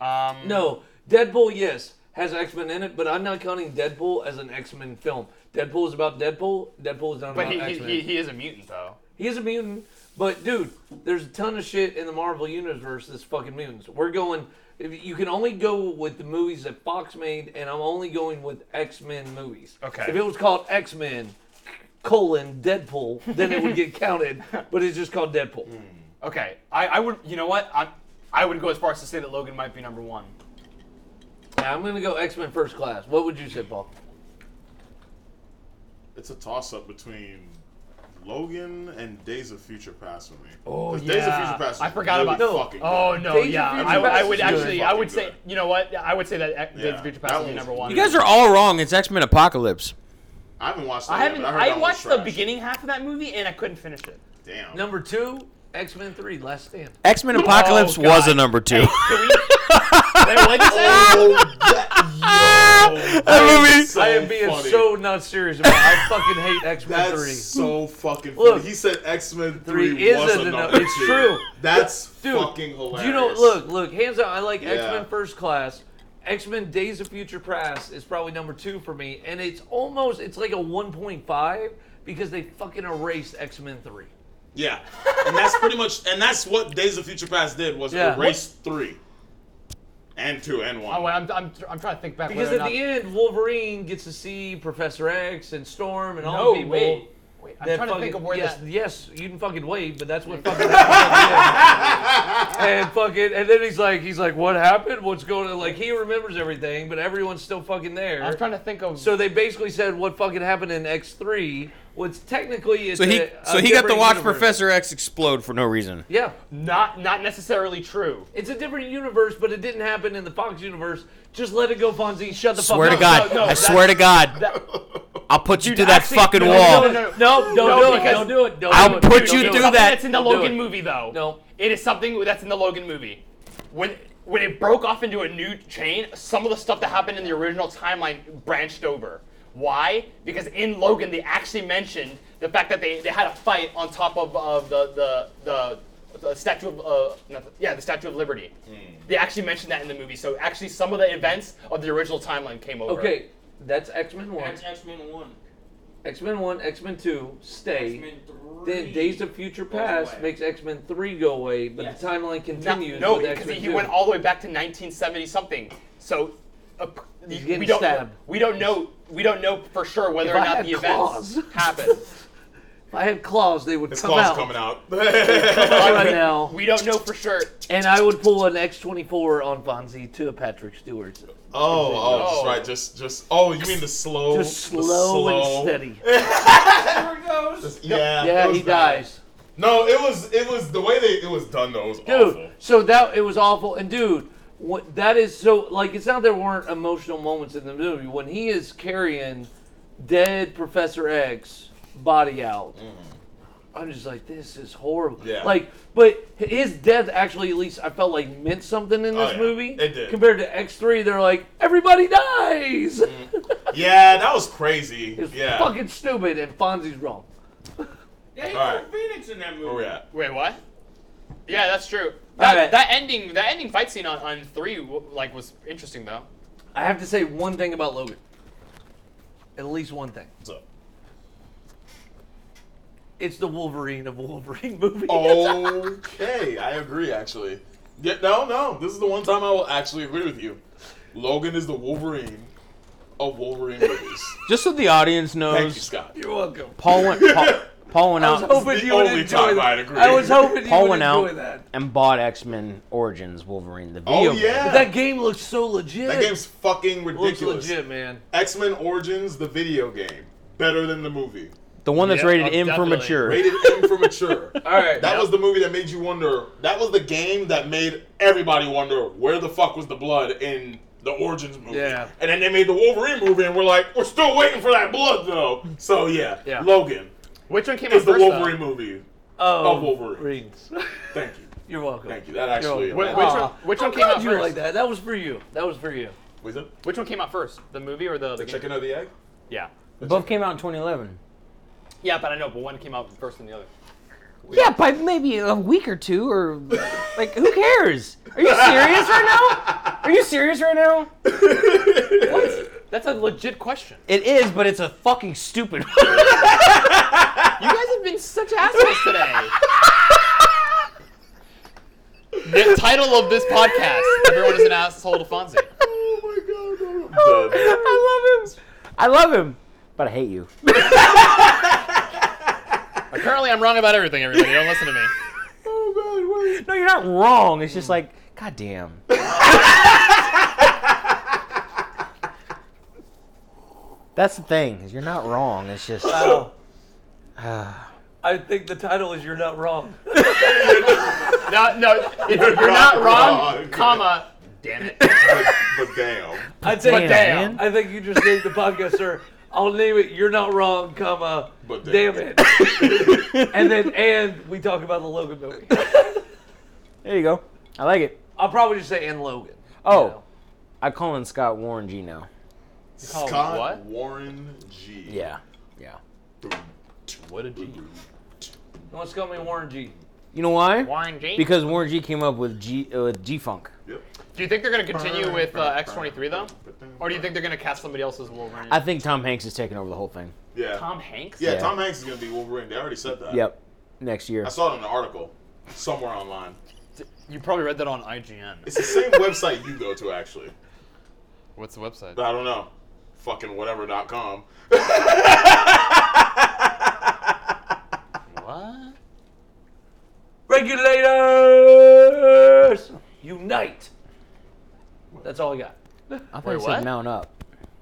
Um,
No, Deadpool. Yes, has X Men in it, but I'm not counting Deadpool as an X Men film. Deadpool is about Deadpool. Deadpool is not
But
about
he,
X
he,
Men.
he, he is a mutant though.
He is a mutant, but dude, there's a ton of shit in the Marvel universe that's fucking mutants. We're going. If you can only go with the movies that Fox made, and I'm only going with X Men movies.
Okay.
If it was called X Men colon Deadpool, then it would (laughs) get counted. But it's just called Deadpool.
Okay, I, I would. You know what? I I would go as far as to say that Logan might be number one.
Now, I'm gonna go X Men First Class. What would you say, Paul?
It's a toss up between Logan and Days of Future Past for me.
Oh,
'Cause Days of
yeah.
Future Past.
I
was
forgot
really
about- No.
Fucking
Oh
good.
no,
Days of
yeah.
Future
I, I
Past
would
is
actually.
good.
I would say.
Fucking
You know what? I would say that X- Days
Yeah,
of Future
that
Past would be
one's
number one.
weird.
You guys are all wrong. It's X Men Apocalypse.
I haven't watched. That
I haven't.
Yet, but I, heard
I,
that one was
watched the
trash.
beginning half of that movie and I couldn't finish (laughs) it.
Damn.
(laughs) Number two, X Men Three, Last Stand.
X Men Apocalypse
Oh, God.
was a number two.
Can we- Wait, what'd
(laughs)
you say?
Oh, that, yo,
That movie-
so
I am being
funny.
so not serious about. It. I fucking hate X Men
That's
Three.
so fucking funny.
Look,
he said X Men
three
Three,
is
was
a
a
no-
number
it's
two.
true.
That's
Dude,
fucking hilarious.
Do you know? Look, look, hands up. I like
Yeah.
X Men First Class. X Men Days of Future Past is probably number two for me, and it's almost it's like a 1.5 because they fucking erased X Men Three.
Yeah, and that's pretty much, and that's what Days of Future Past did was
Yeah.
erase three, and two, and one.
Oh, wait, I'm, I'm, I'm trying to think back.
Because
whether
at
or not-
the end, Wolverine gets to see Professor X and Storm and all
No,
the people.
wait. Wait, I'm
that
trying to think
fucking-
of where
yes,
that.
Yes, you can fucking wait, but that's what fucking happened.
(laughs)
at the end. and fucking, and then he's like, he's like, what happened? What's going on? Like he remembers everything, but everyone's still fucking there.
I'm trying to think of.
So they basically said what fucking happened in X three was technically it's
(laughs) So he
a, a
uh,
so he got to
different
watch
universe.
Professor X explode for no reason.
Yeah,
not not necessarily true.
it's a different universe, but it didn't happen in the Fox universe. Just let it go, Fonzie. Shut the
Swear to
fuck
God,
up.
no,
I
that's-
swear to God, I'll put you through that
actually,
fucking
no, no,
wall.
no, no,
No,
no.
don't
No,
do it.
because-
Don't do it. Don't
I'll
do it.
put
Don't
you
do
through
it.
something
that.
That's in the
Don't do
Logan
it.
movie, though.
No.
it is something that's in the Logan movie. When when it broke off into a new chain, some of the stuff that happened in the original timeline branched over. Why? Because in Logan, they actually mentioned the fact that they, they had a fight on top of, of the, the the the statue of uh, not the- yeah the Statue of Liberty.
Hmm.
They actually mentioned that in the movie. So actually, some of the events of the original timeline came over.
Okay, that's X Men one,
That's X Men One.
X Men one, X Men two, stay.
X Men Three.
Then Days of Future
Goes
Past
away.
makes X Men three go away, but
Yes.
the timeline continues.
No,
with
because
X-Men
he
2.
went all the way back to 1970 something. So uh,
He's getting
we don't
stabbed.
we don't know we don't know for sure whether
If
or
I
not
had
the
claws. (laughs)
events happened.
If I had claws, they would
His
come
claws
out
coming out.
right now.
We don't know for sure.
And I would pull an X twenty four on Fonzie to a Patrick Stewart.
(laughs) oh, oh,
Oh.
just right, just, just. Oh, you mean the slow,
Just
the
slow, and steady.
There it goes.
Yeah, it
Yeah,
was
he
bad.
dies.
No, it was, it was the way they, it was done though. It was
Dude,
awful.
so that it was awful. And dude, what that is so like it's not there weren't emotional moments in the movie. When he is carrying dead Professor X body out. I'm just like, this is horrible.
Mm. Yeah.
Like, but his death actually, at least I felt like meant something in this
Oh, yeah.
movie.
It did.
Compared to X3, they're like, everybody dies.
Mm. Yeah, that was crazy.
It's
yeah.
fucking stupid, and Fonzie's wrong.
They
Alright.
put Phoenix in that movie.
Where we at?
Wait, what? Yeah, that's true. That,
Alright.
that ending that ending fight scene on, on three w- like was interesting though.
I have to say one thing about Logan. At least one thing.
What's up?
It's the Wolverine of Wolverine (laughs) movie.
Oh. Okay, I agree. Actually, yeah, no, no. This is the one time I will actually agree with you. Logan is the Wolverine of Wolverine movies.
Just so the audience
Thank you,
knows,
Scott.
You're welcome.
Paul went Paul, Paul went
I was
out
hoping you would
only
enjoy
time
that.
I'd agree.
I was hoping you
Paul
would
went
enjoy
out.
that.
and bought X Men Origins Wolverine, the video.
Oh
game.
yeah,
That game looks so legit.
that game's fucking
looks
ridiculous.
legit, man.
X Men Origins, the video game, better than the movie.
the one that's
Yeah,
rated
oh,
M for
definitely.
mature.
Rated M for
(laughs)
mature.
All right.
That was the movie that made you wonder. That was the game that made everybody wonder where the fuck was the blood in the Origins movie.
Yeah.
And then they made the Wolverine movie, and we're like, we're still waiting for that blood though. So yeah,
Yeah.
Logan
Which one came out
is the
first? though?
Wolverine movie.
oh,
of Wolverine.
Reeds.
Thank you,
(laughs) You're welcome.
thank you. That actually.
Yo,
Wh- Which,
that-
one, which one
I'm
came out
glad you
first?
like that. That was for you. That was for you.
Was it
Which one came out first? The movie or the,
the
the game?
chicken or
(laughs)
the egg?
Yeah.
Both came out in 2011.
Yeah, but I know, but one came out first than the other.
Yeah, by maybe a week or two, or like, who cares? Are you serious right now? Are you serious right now?
(laughs)
That's a legit question.
It is, but it's a fucking stupid one.
You guys have been such assholes today. the title of this podcast: Everyone is an asshole to Fonzie.
Oh my god! I'm dead.
(laughs) I love him. I love him, but I hate you.
Apparently, I'm wrong about everything. Everybody, don't listen to me.
(laughs) No, you're not wrong. It's just like, goddamn. That's the thing. is You're not wrong. It's just.
Wow. I think the title is "You're Not Wrong."
No, no, if
(laughs)
you're not wrong, comma. Damn it.
Oh, But damn.
I'd say,
Damn, man.
I think you just named the podcast, sir. I'll name it "You're Not Wrong," comma.
But
damn,
damn.
(laughs)
it. and then, and we talk about the Logan movie.
There you go. I like it.
I'll probably just say "and Logan."
Oh,
You know.
I call him Scott Warren G now.
call
Scott
what?
Warren G.
Yeah. Yeah.
What a G.
And let's call me Warren G.
You know why?
Warren G.
Because Warren G came up with G uh, with G Funk.
Yep.
do you think they're gonna continue with uh, X23 though, or do you think they're gonna cast somebody else's Wolverine?
I think Tom Hanks is taking over the whole thing.
Yeah.
Tom Hanks.
yeah,
Yeah.
Tom Hanks is gonna be Wolverine. They already said that.
Yep. Next year.
Uh, I saw it in an article somewhere online.
You probably read that on IGN.
It's the same website you go to, actually.
What's the website?
I don't know. Fucking whatever.com.
What?
Regulators unite. That's all I got.
I thought
Wait,
you
what?
said Mount Up.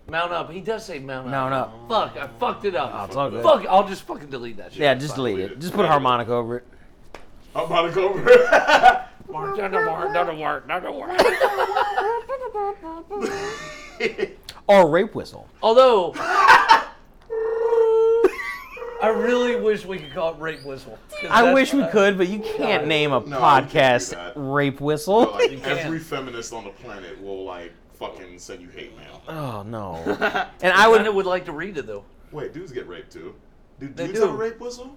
Mount up. He does say
Uh,
mount up.
Mount Up.
Fuck, I fucked it up.
it's all good.
Fuck, I'll just fucking delete that shit.
Yeah, just
Fuck.
delete it. Just put a harmonica over it.
I'm about to go over. (laughs)
Mark, down the mark, down the mark, down the mark.
Or a rape whistle. (laughs)
Although, I really wish we could call it rape whistle. 'cause
I
that's-
wish we
uh,
could, but you can't name a
No, you can't do
podcast
that.
rape whistle.
like,
can't.
every feminist on the planet will, like, fucking send you hate mail.
(laughs)
(laughs)
oh no. And I would
kinda would like to read it though.
Wait, dudes get raped too. Do
They
dudes have
do.
a rape whistle?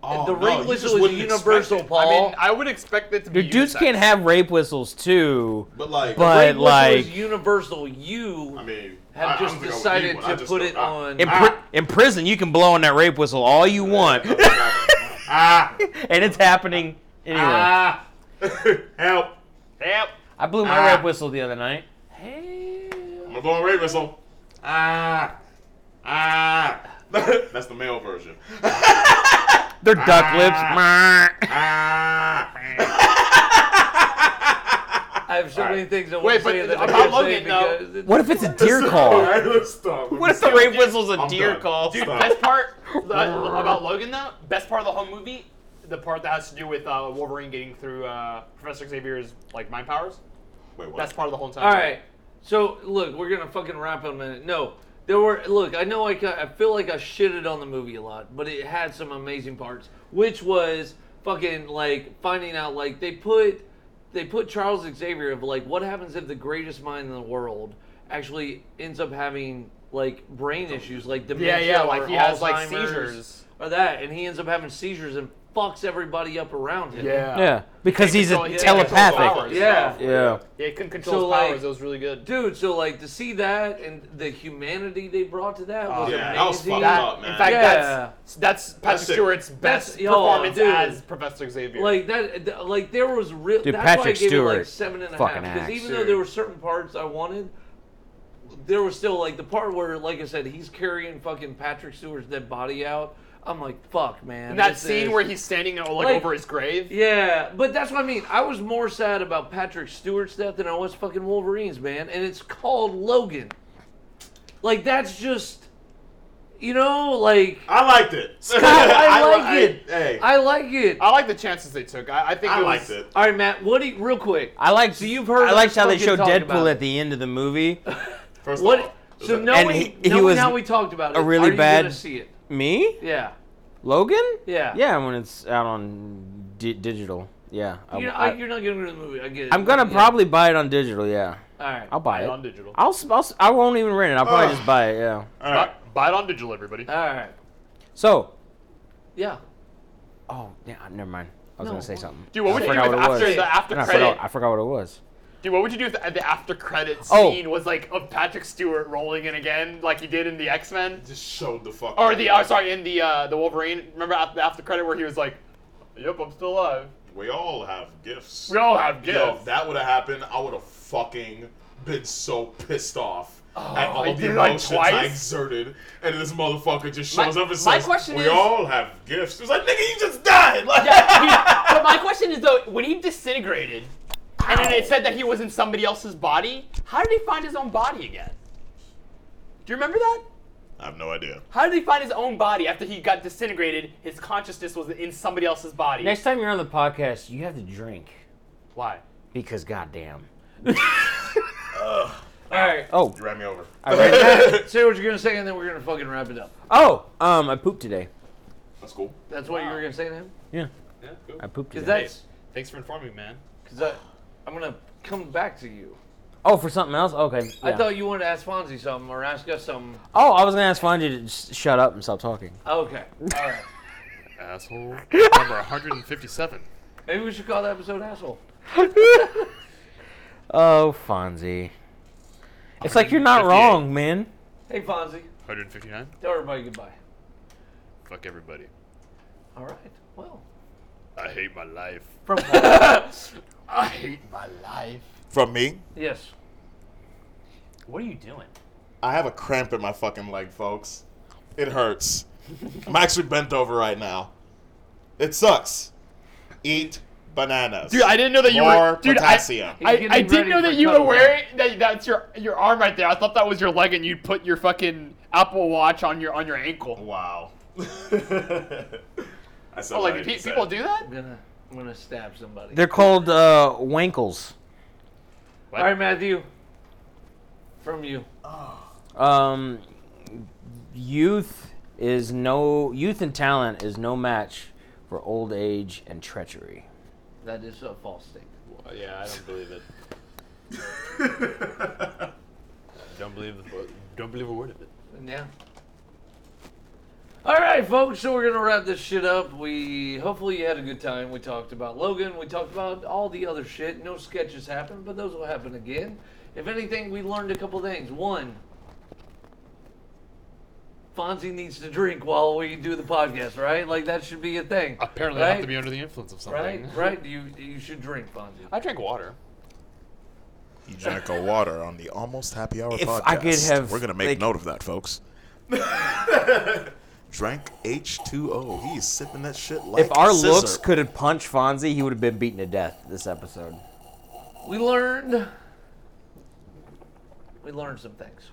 Oh,
the
no,
rape
you just
whistle is
wouldn't expect
universal,
it.
Paul.
I mean, I would expect it to be.
Dude, dudes
unisex.
can't have rape whistles too.
But, like,
But-
rape whistle is
like-
universal. You
I mean,
have
I- I'm
just
gonna go with
decided
anyone. I
to
just
put
don't-
it
I-
on.
In, pri- in prison, you can blow on that rape whistle all you
(laughs)
want,
ah!
and it's happening anyway.
Ah! (laughs) Help!
Yep.
I blew my
Ah.
rape whistle the other night.
I'm going rape whistle. Ah! Ah! (laughs) That's the male version.
They're duck lips.
Ah!
I have so many things I want
Wait,
to
but
say that I
about
can't say
Logan, though.
because it's-
what if it's a
(laughs)
deer call?
Alright, let's stop.
What if the rape whistle's a
I'm
deer
done.
call?
Dude, Stop.
Best part uh, about Logan though. Best part of the whole movie, the part that has to do with uh, Wolverine getting through uh, Professor Xavier's like mind powers.
Wait, what?
Best part of the whole entire.
All
movie.
right. So look, we're gonna fucking wrap in a minute. No, there were. Look, I know I, ca- I feel like I shitted on the movie a lot, but it had some amazing parts, which was fucking like finding out like they put they put Charles Xavier of like what happens if the greatest mind in the world actually ends up having like brain issues like dementia
yeah,
or
like, he has, like,
Alzheimer's
seizures.
or that, and he ends up having seizures and fucks everybody up around him.
Yeah, because he's
control-
a
he can't control
telepathic.
powers.
Yeah.
Yeah.
Yeah, he couldn't control
So,
his powers.
like-
it was really good.
Dude, so like to see that and the humanity they brought to that was
Oh, yeah, that was
amazing.
fucked
That-
up, man.
in fact,
Yeah.
that's that's Patrick
sick.
Stewart's best
yo,
performance
dude.
as Professor Xavier.
Like that, th- like there was real.
Dude,
that's why I
Patrick
gave it like
Stewart
seven and a half
fucking
because
acts,
even though there were certain parts I wanted, there was still like the part where, like I said, he's carrying fucking Patrick Stewart's dead body out. I'm like, fuck, man.
that
this
scene
is-
where he's standing uh, like,
Like-
over his grave.
Yeah, but that's what I mean. I was more sad about Patrick Stewart's death than I was fucking Wolverine's, man. And it's called Logan. Like that's just, you know, like
(laughs) I liked it.
I
li-
like
(laughs) I-
it.
Hey,
I like it.
I like the chances they took. I, I think
I
it was,
liked it.
All right, Matt. What do you, real quick?
I liked.
So you've heard
I liked
us
how they
fucking
showed
talk about
Deadpool
it.
at the end of the movie.
First of all,
What?
is
So
it-
knowing,
he- he
knowing
was
how we talked about it,
a really
are you
bad-
gonna see it?
Me?
Yeah.
Logan?
Yeah.
Yeah, when it's out on di- digital. Yeah. I,
You know,
Um, I,
I, you're not gonna go to the movie. I get it.
am gonna
Yeah.
probably buy it on digital. Yeah.
All right.
I'll buy
Buy
it.
it on digital.
I'll, s- I'll s- I won't even rent it. I'll probably
Ugh.
just buy it. Yeah.
all
uh,
right.
Buy it on digital, everybody.
All right.
So.
Yeah.
(laughs) Oh, yeah. Never mind. I was
No,
gonna say
what-
something.
Dude, what would
I
you do
forgot
if
what it
after
was.
the after
And I
credit?
forgot, I forgot what it was.
Dude, what would you do if the, the after credit
Oh.
scene was like of Patrick Stewart rolling in again, like he did in the X Men,
Just showed the fuck.
or the uh, sorry in the uh, the Wolverine? Remember after the after credit where he was like, "Yep, I'm still alive."
We all have gifts.
We all have gifts.
Yo, if that would have happened, I would have fucking been so pissed off at all
I
the
did, like,
emotions I
twice?
exerted, and this motherfucker just shows up and
my
says,
question
"We
is-
all have gifts." It's like, nigga, you just died. Like,
(laughs) yeah, he- but my question is though, when he disintegrated, and then it said that he was in somebody else's body, how did he find his own body again? Do you remember that?
(laughs) I have no idea.
How did he find his own body after he got disintegrated? His consciousness was in somebody else's body.
Next time you're on the podcast, you have to drink
Why?
because goddamn.
All right.
Oh.
You ran me over.
I (laughs) ran-
Say what you're gonna say, and then we're gonna fucking wrap it up.
oh. Um. I pooped today.
That's cool.
That's what you were gonna say to him.
Yeah.
Yeah, cool.
I pooped today.
Because that's
Thanks for informing me, man.
because I, I'm gonna come back to you.
oh, for something else. Okay.
I
yeah.
thought you wanted to ask Fonzie something or ask us something.
Oh, I was gonna ask Fonzie to just shut up and stop (laughs) talking.
Okay. All
(laughs)
right.
Asshole. Number 157.
Maybe we should call that episode asshole.
Oh, Fonzie. It's like you're not
158.
wrong, man.
Hey Fonzie,
159.
tell everybody goodbye.
Fuck everybody.
All right.
(laughs)
Well, (laughs)
I hate my life.
from Fonzie.
I hate my life.
From me,
yes.
What are you doing?
I have a cramp in my fucking leg, folks. It hurts. I'm actually bent over right now. It sucks. Eat bananas.
Dude, I didn't know that you
More
were. Dude, I-
potassium.
He's
I,
getting
I didn't
ready
know
for
that you were
cuddle
wearing that. That's your your arm right there. I thought that was your leg, and you'd put your fucking Apple Watch on your on your ankle. (laughs)
Wow. I said
Oh,
what I
like pe-
just said.
people do that?
I'm gonna I'm gonna stab somebody.
They're called uh, wankles.
All right, Matthew. From you.
Um, youth is no youth and talent is no match for old age and treachery.
That is a false statement.
Yeah, I don't believe it. don't believe don't believe a word of it.
Yeah. All right, folks. So we're gonna wrap this shit up. We hopefully you had a good time. We talked about Logan. We talked about all the other shit. No sketches happened, but those will happen again. If anything, we learned a couple things. One, Fonzie needs to drink while we do the podcast, right? Like that should be a thing.
Apparently, I
right?
have to be under the influence of something.
right, right. You you should drink, Fonzie.
I drink water.
You drank a water on the Almost Happy Hour
If
podcast.
I could have,
We're gonna make
like-
note of
(laughs)
that, folks. Drank H2O. He's sipping that shit like
If our
scissor.
looks could have punched Fonzie, he would have been beaten to death this episode.
we learned we learned some things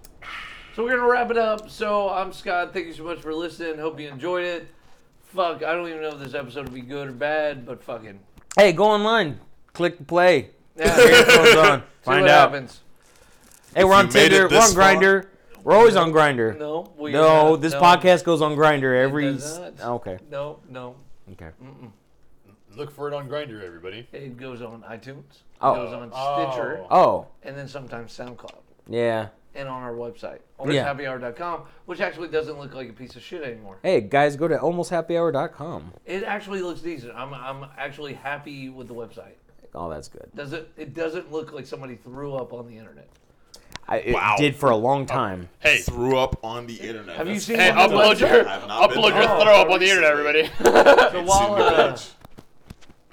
so we're gonna wrap it up so i'm scott thank you so much for listening hope you enjoyed it fuck i don't even know if this episode will be good or bad but
(laughs)
fucking
Hey, go online, click play.
yeah, (laughs)
Your
see
headphones on.
what
Find out.
happens
Hey, we're
you
on
made it
Tinder. We're
this
on Grinder. We're always on Grinder.
no we
No,
not-
this
no,
podcast goes on Grinder every.
does
s- oh,
not.
Okay.
no no
Okay.
Look for it on Grinder, everybody.
it goes on itunes
Oh.
it goes on stitcher
Oh,
and then sometimes soundcloud
yeah.
and on our website
Yeah.
almosthappyhour.com which actually doesn't look like a piece of shit anymore
Hey guys, go to almosthappyhour.com.
it actually looks decent i'm, I'm actually happy with the website
Oh, that's good.
Does it? It doesn't look like somebody threw up on the internet.
I, it
Wow.
did for a long time.
Hey,
threw up on the internet.
Have you
That's-
seen?
hey,
one
upload
that's-
your
I've not been
upload your
told.
throw up on the internet, everybody.
So
Seen
while
(laughs) the
uh,
page.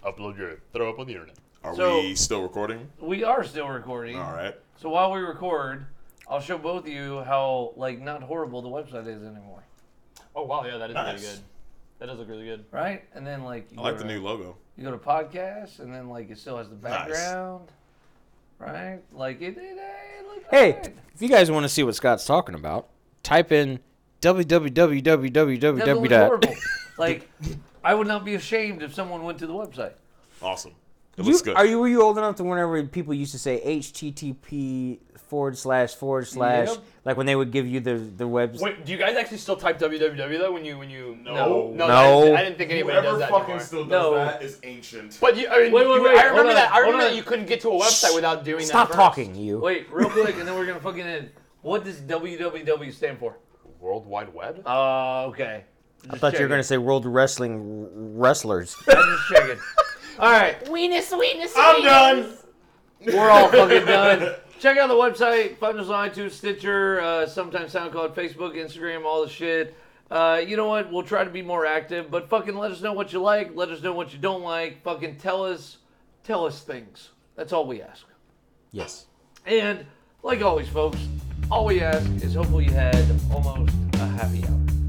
upload your throw up on the internet.
Are
so-
we still recording?
we are still recording,
All right.
so while we record, I'll show both of you how like not horrible the website is anymore.
Oh wow, yeah, that is
Nice.
really good. That does look really good.
right? And then like you
I like
go
the
to-
new logo.
You go to podcasts, and then like it still has the background, right? Like it. it, it looked
Hey,
alright.
if you guys want to see what Scott's talking about, type in
That looked
www.
horrible. like I would not be ashamed if someone went to the website.
Awesome. It
You,
looks good.
are you were you old enough to whenever people used to say HTTP forward slash forward slash
Yep.
like when they would give you the the webs?
Wait, do you guys actually still type www though when you when you
No.
No.
no, I, didn't, I didn't think anybody
Whoever
does that
fucking
anymore.
still does
No.
that is ancient.
But you, I, mean,
Wait, wait,
you-
wait,
I
hold
remember that.
on,
I
hold
remember
on.
that you couldn't get to a website without doing
Stop
that. first.
talking, you.
Wait, real quick, and then we're gonna fucking end. What does WWW stand for?
World Wide Web.
Oh, okay.
I thought you were gonna say World Wrestling Wrestlers.
I'm just checking. (laughs) All right,
I'm done.
we're all fucking done. Check out the website. Find us on iTunes, Stitcher, uh, sometimes SoundCloud, Facebook, Instagram, all the shit. Uh, you know what? We'll try to be more active, but fucking let us know what you like. Let us know what you don't like. Fucking tell us, tell us things. That's all we ask.
yes.
And like always, folks, all we ask is hopefully you had almost a happy hour.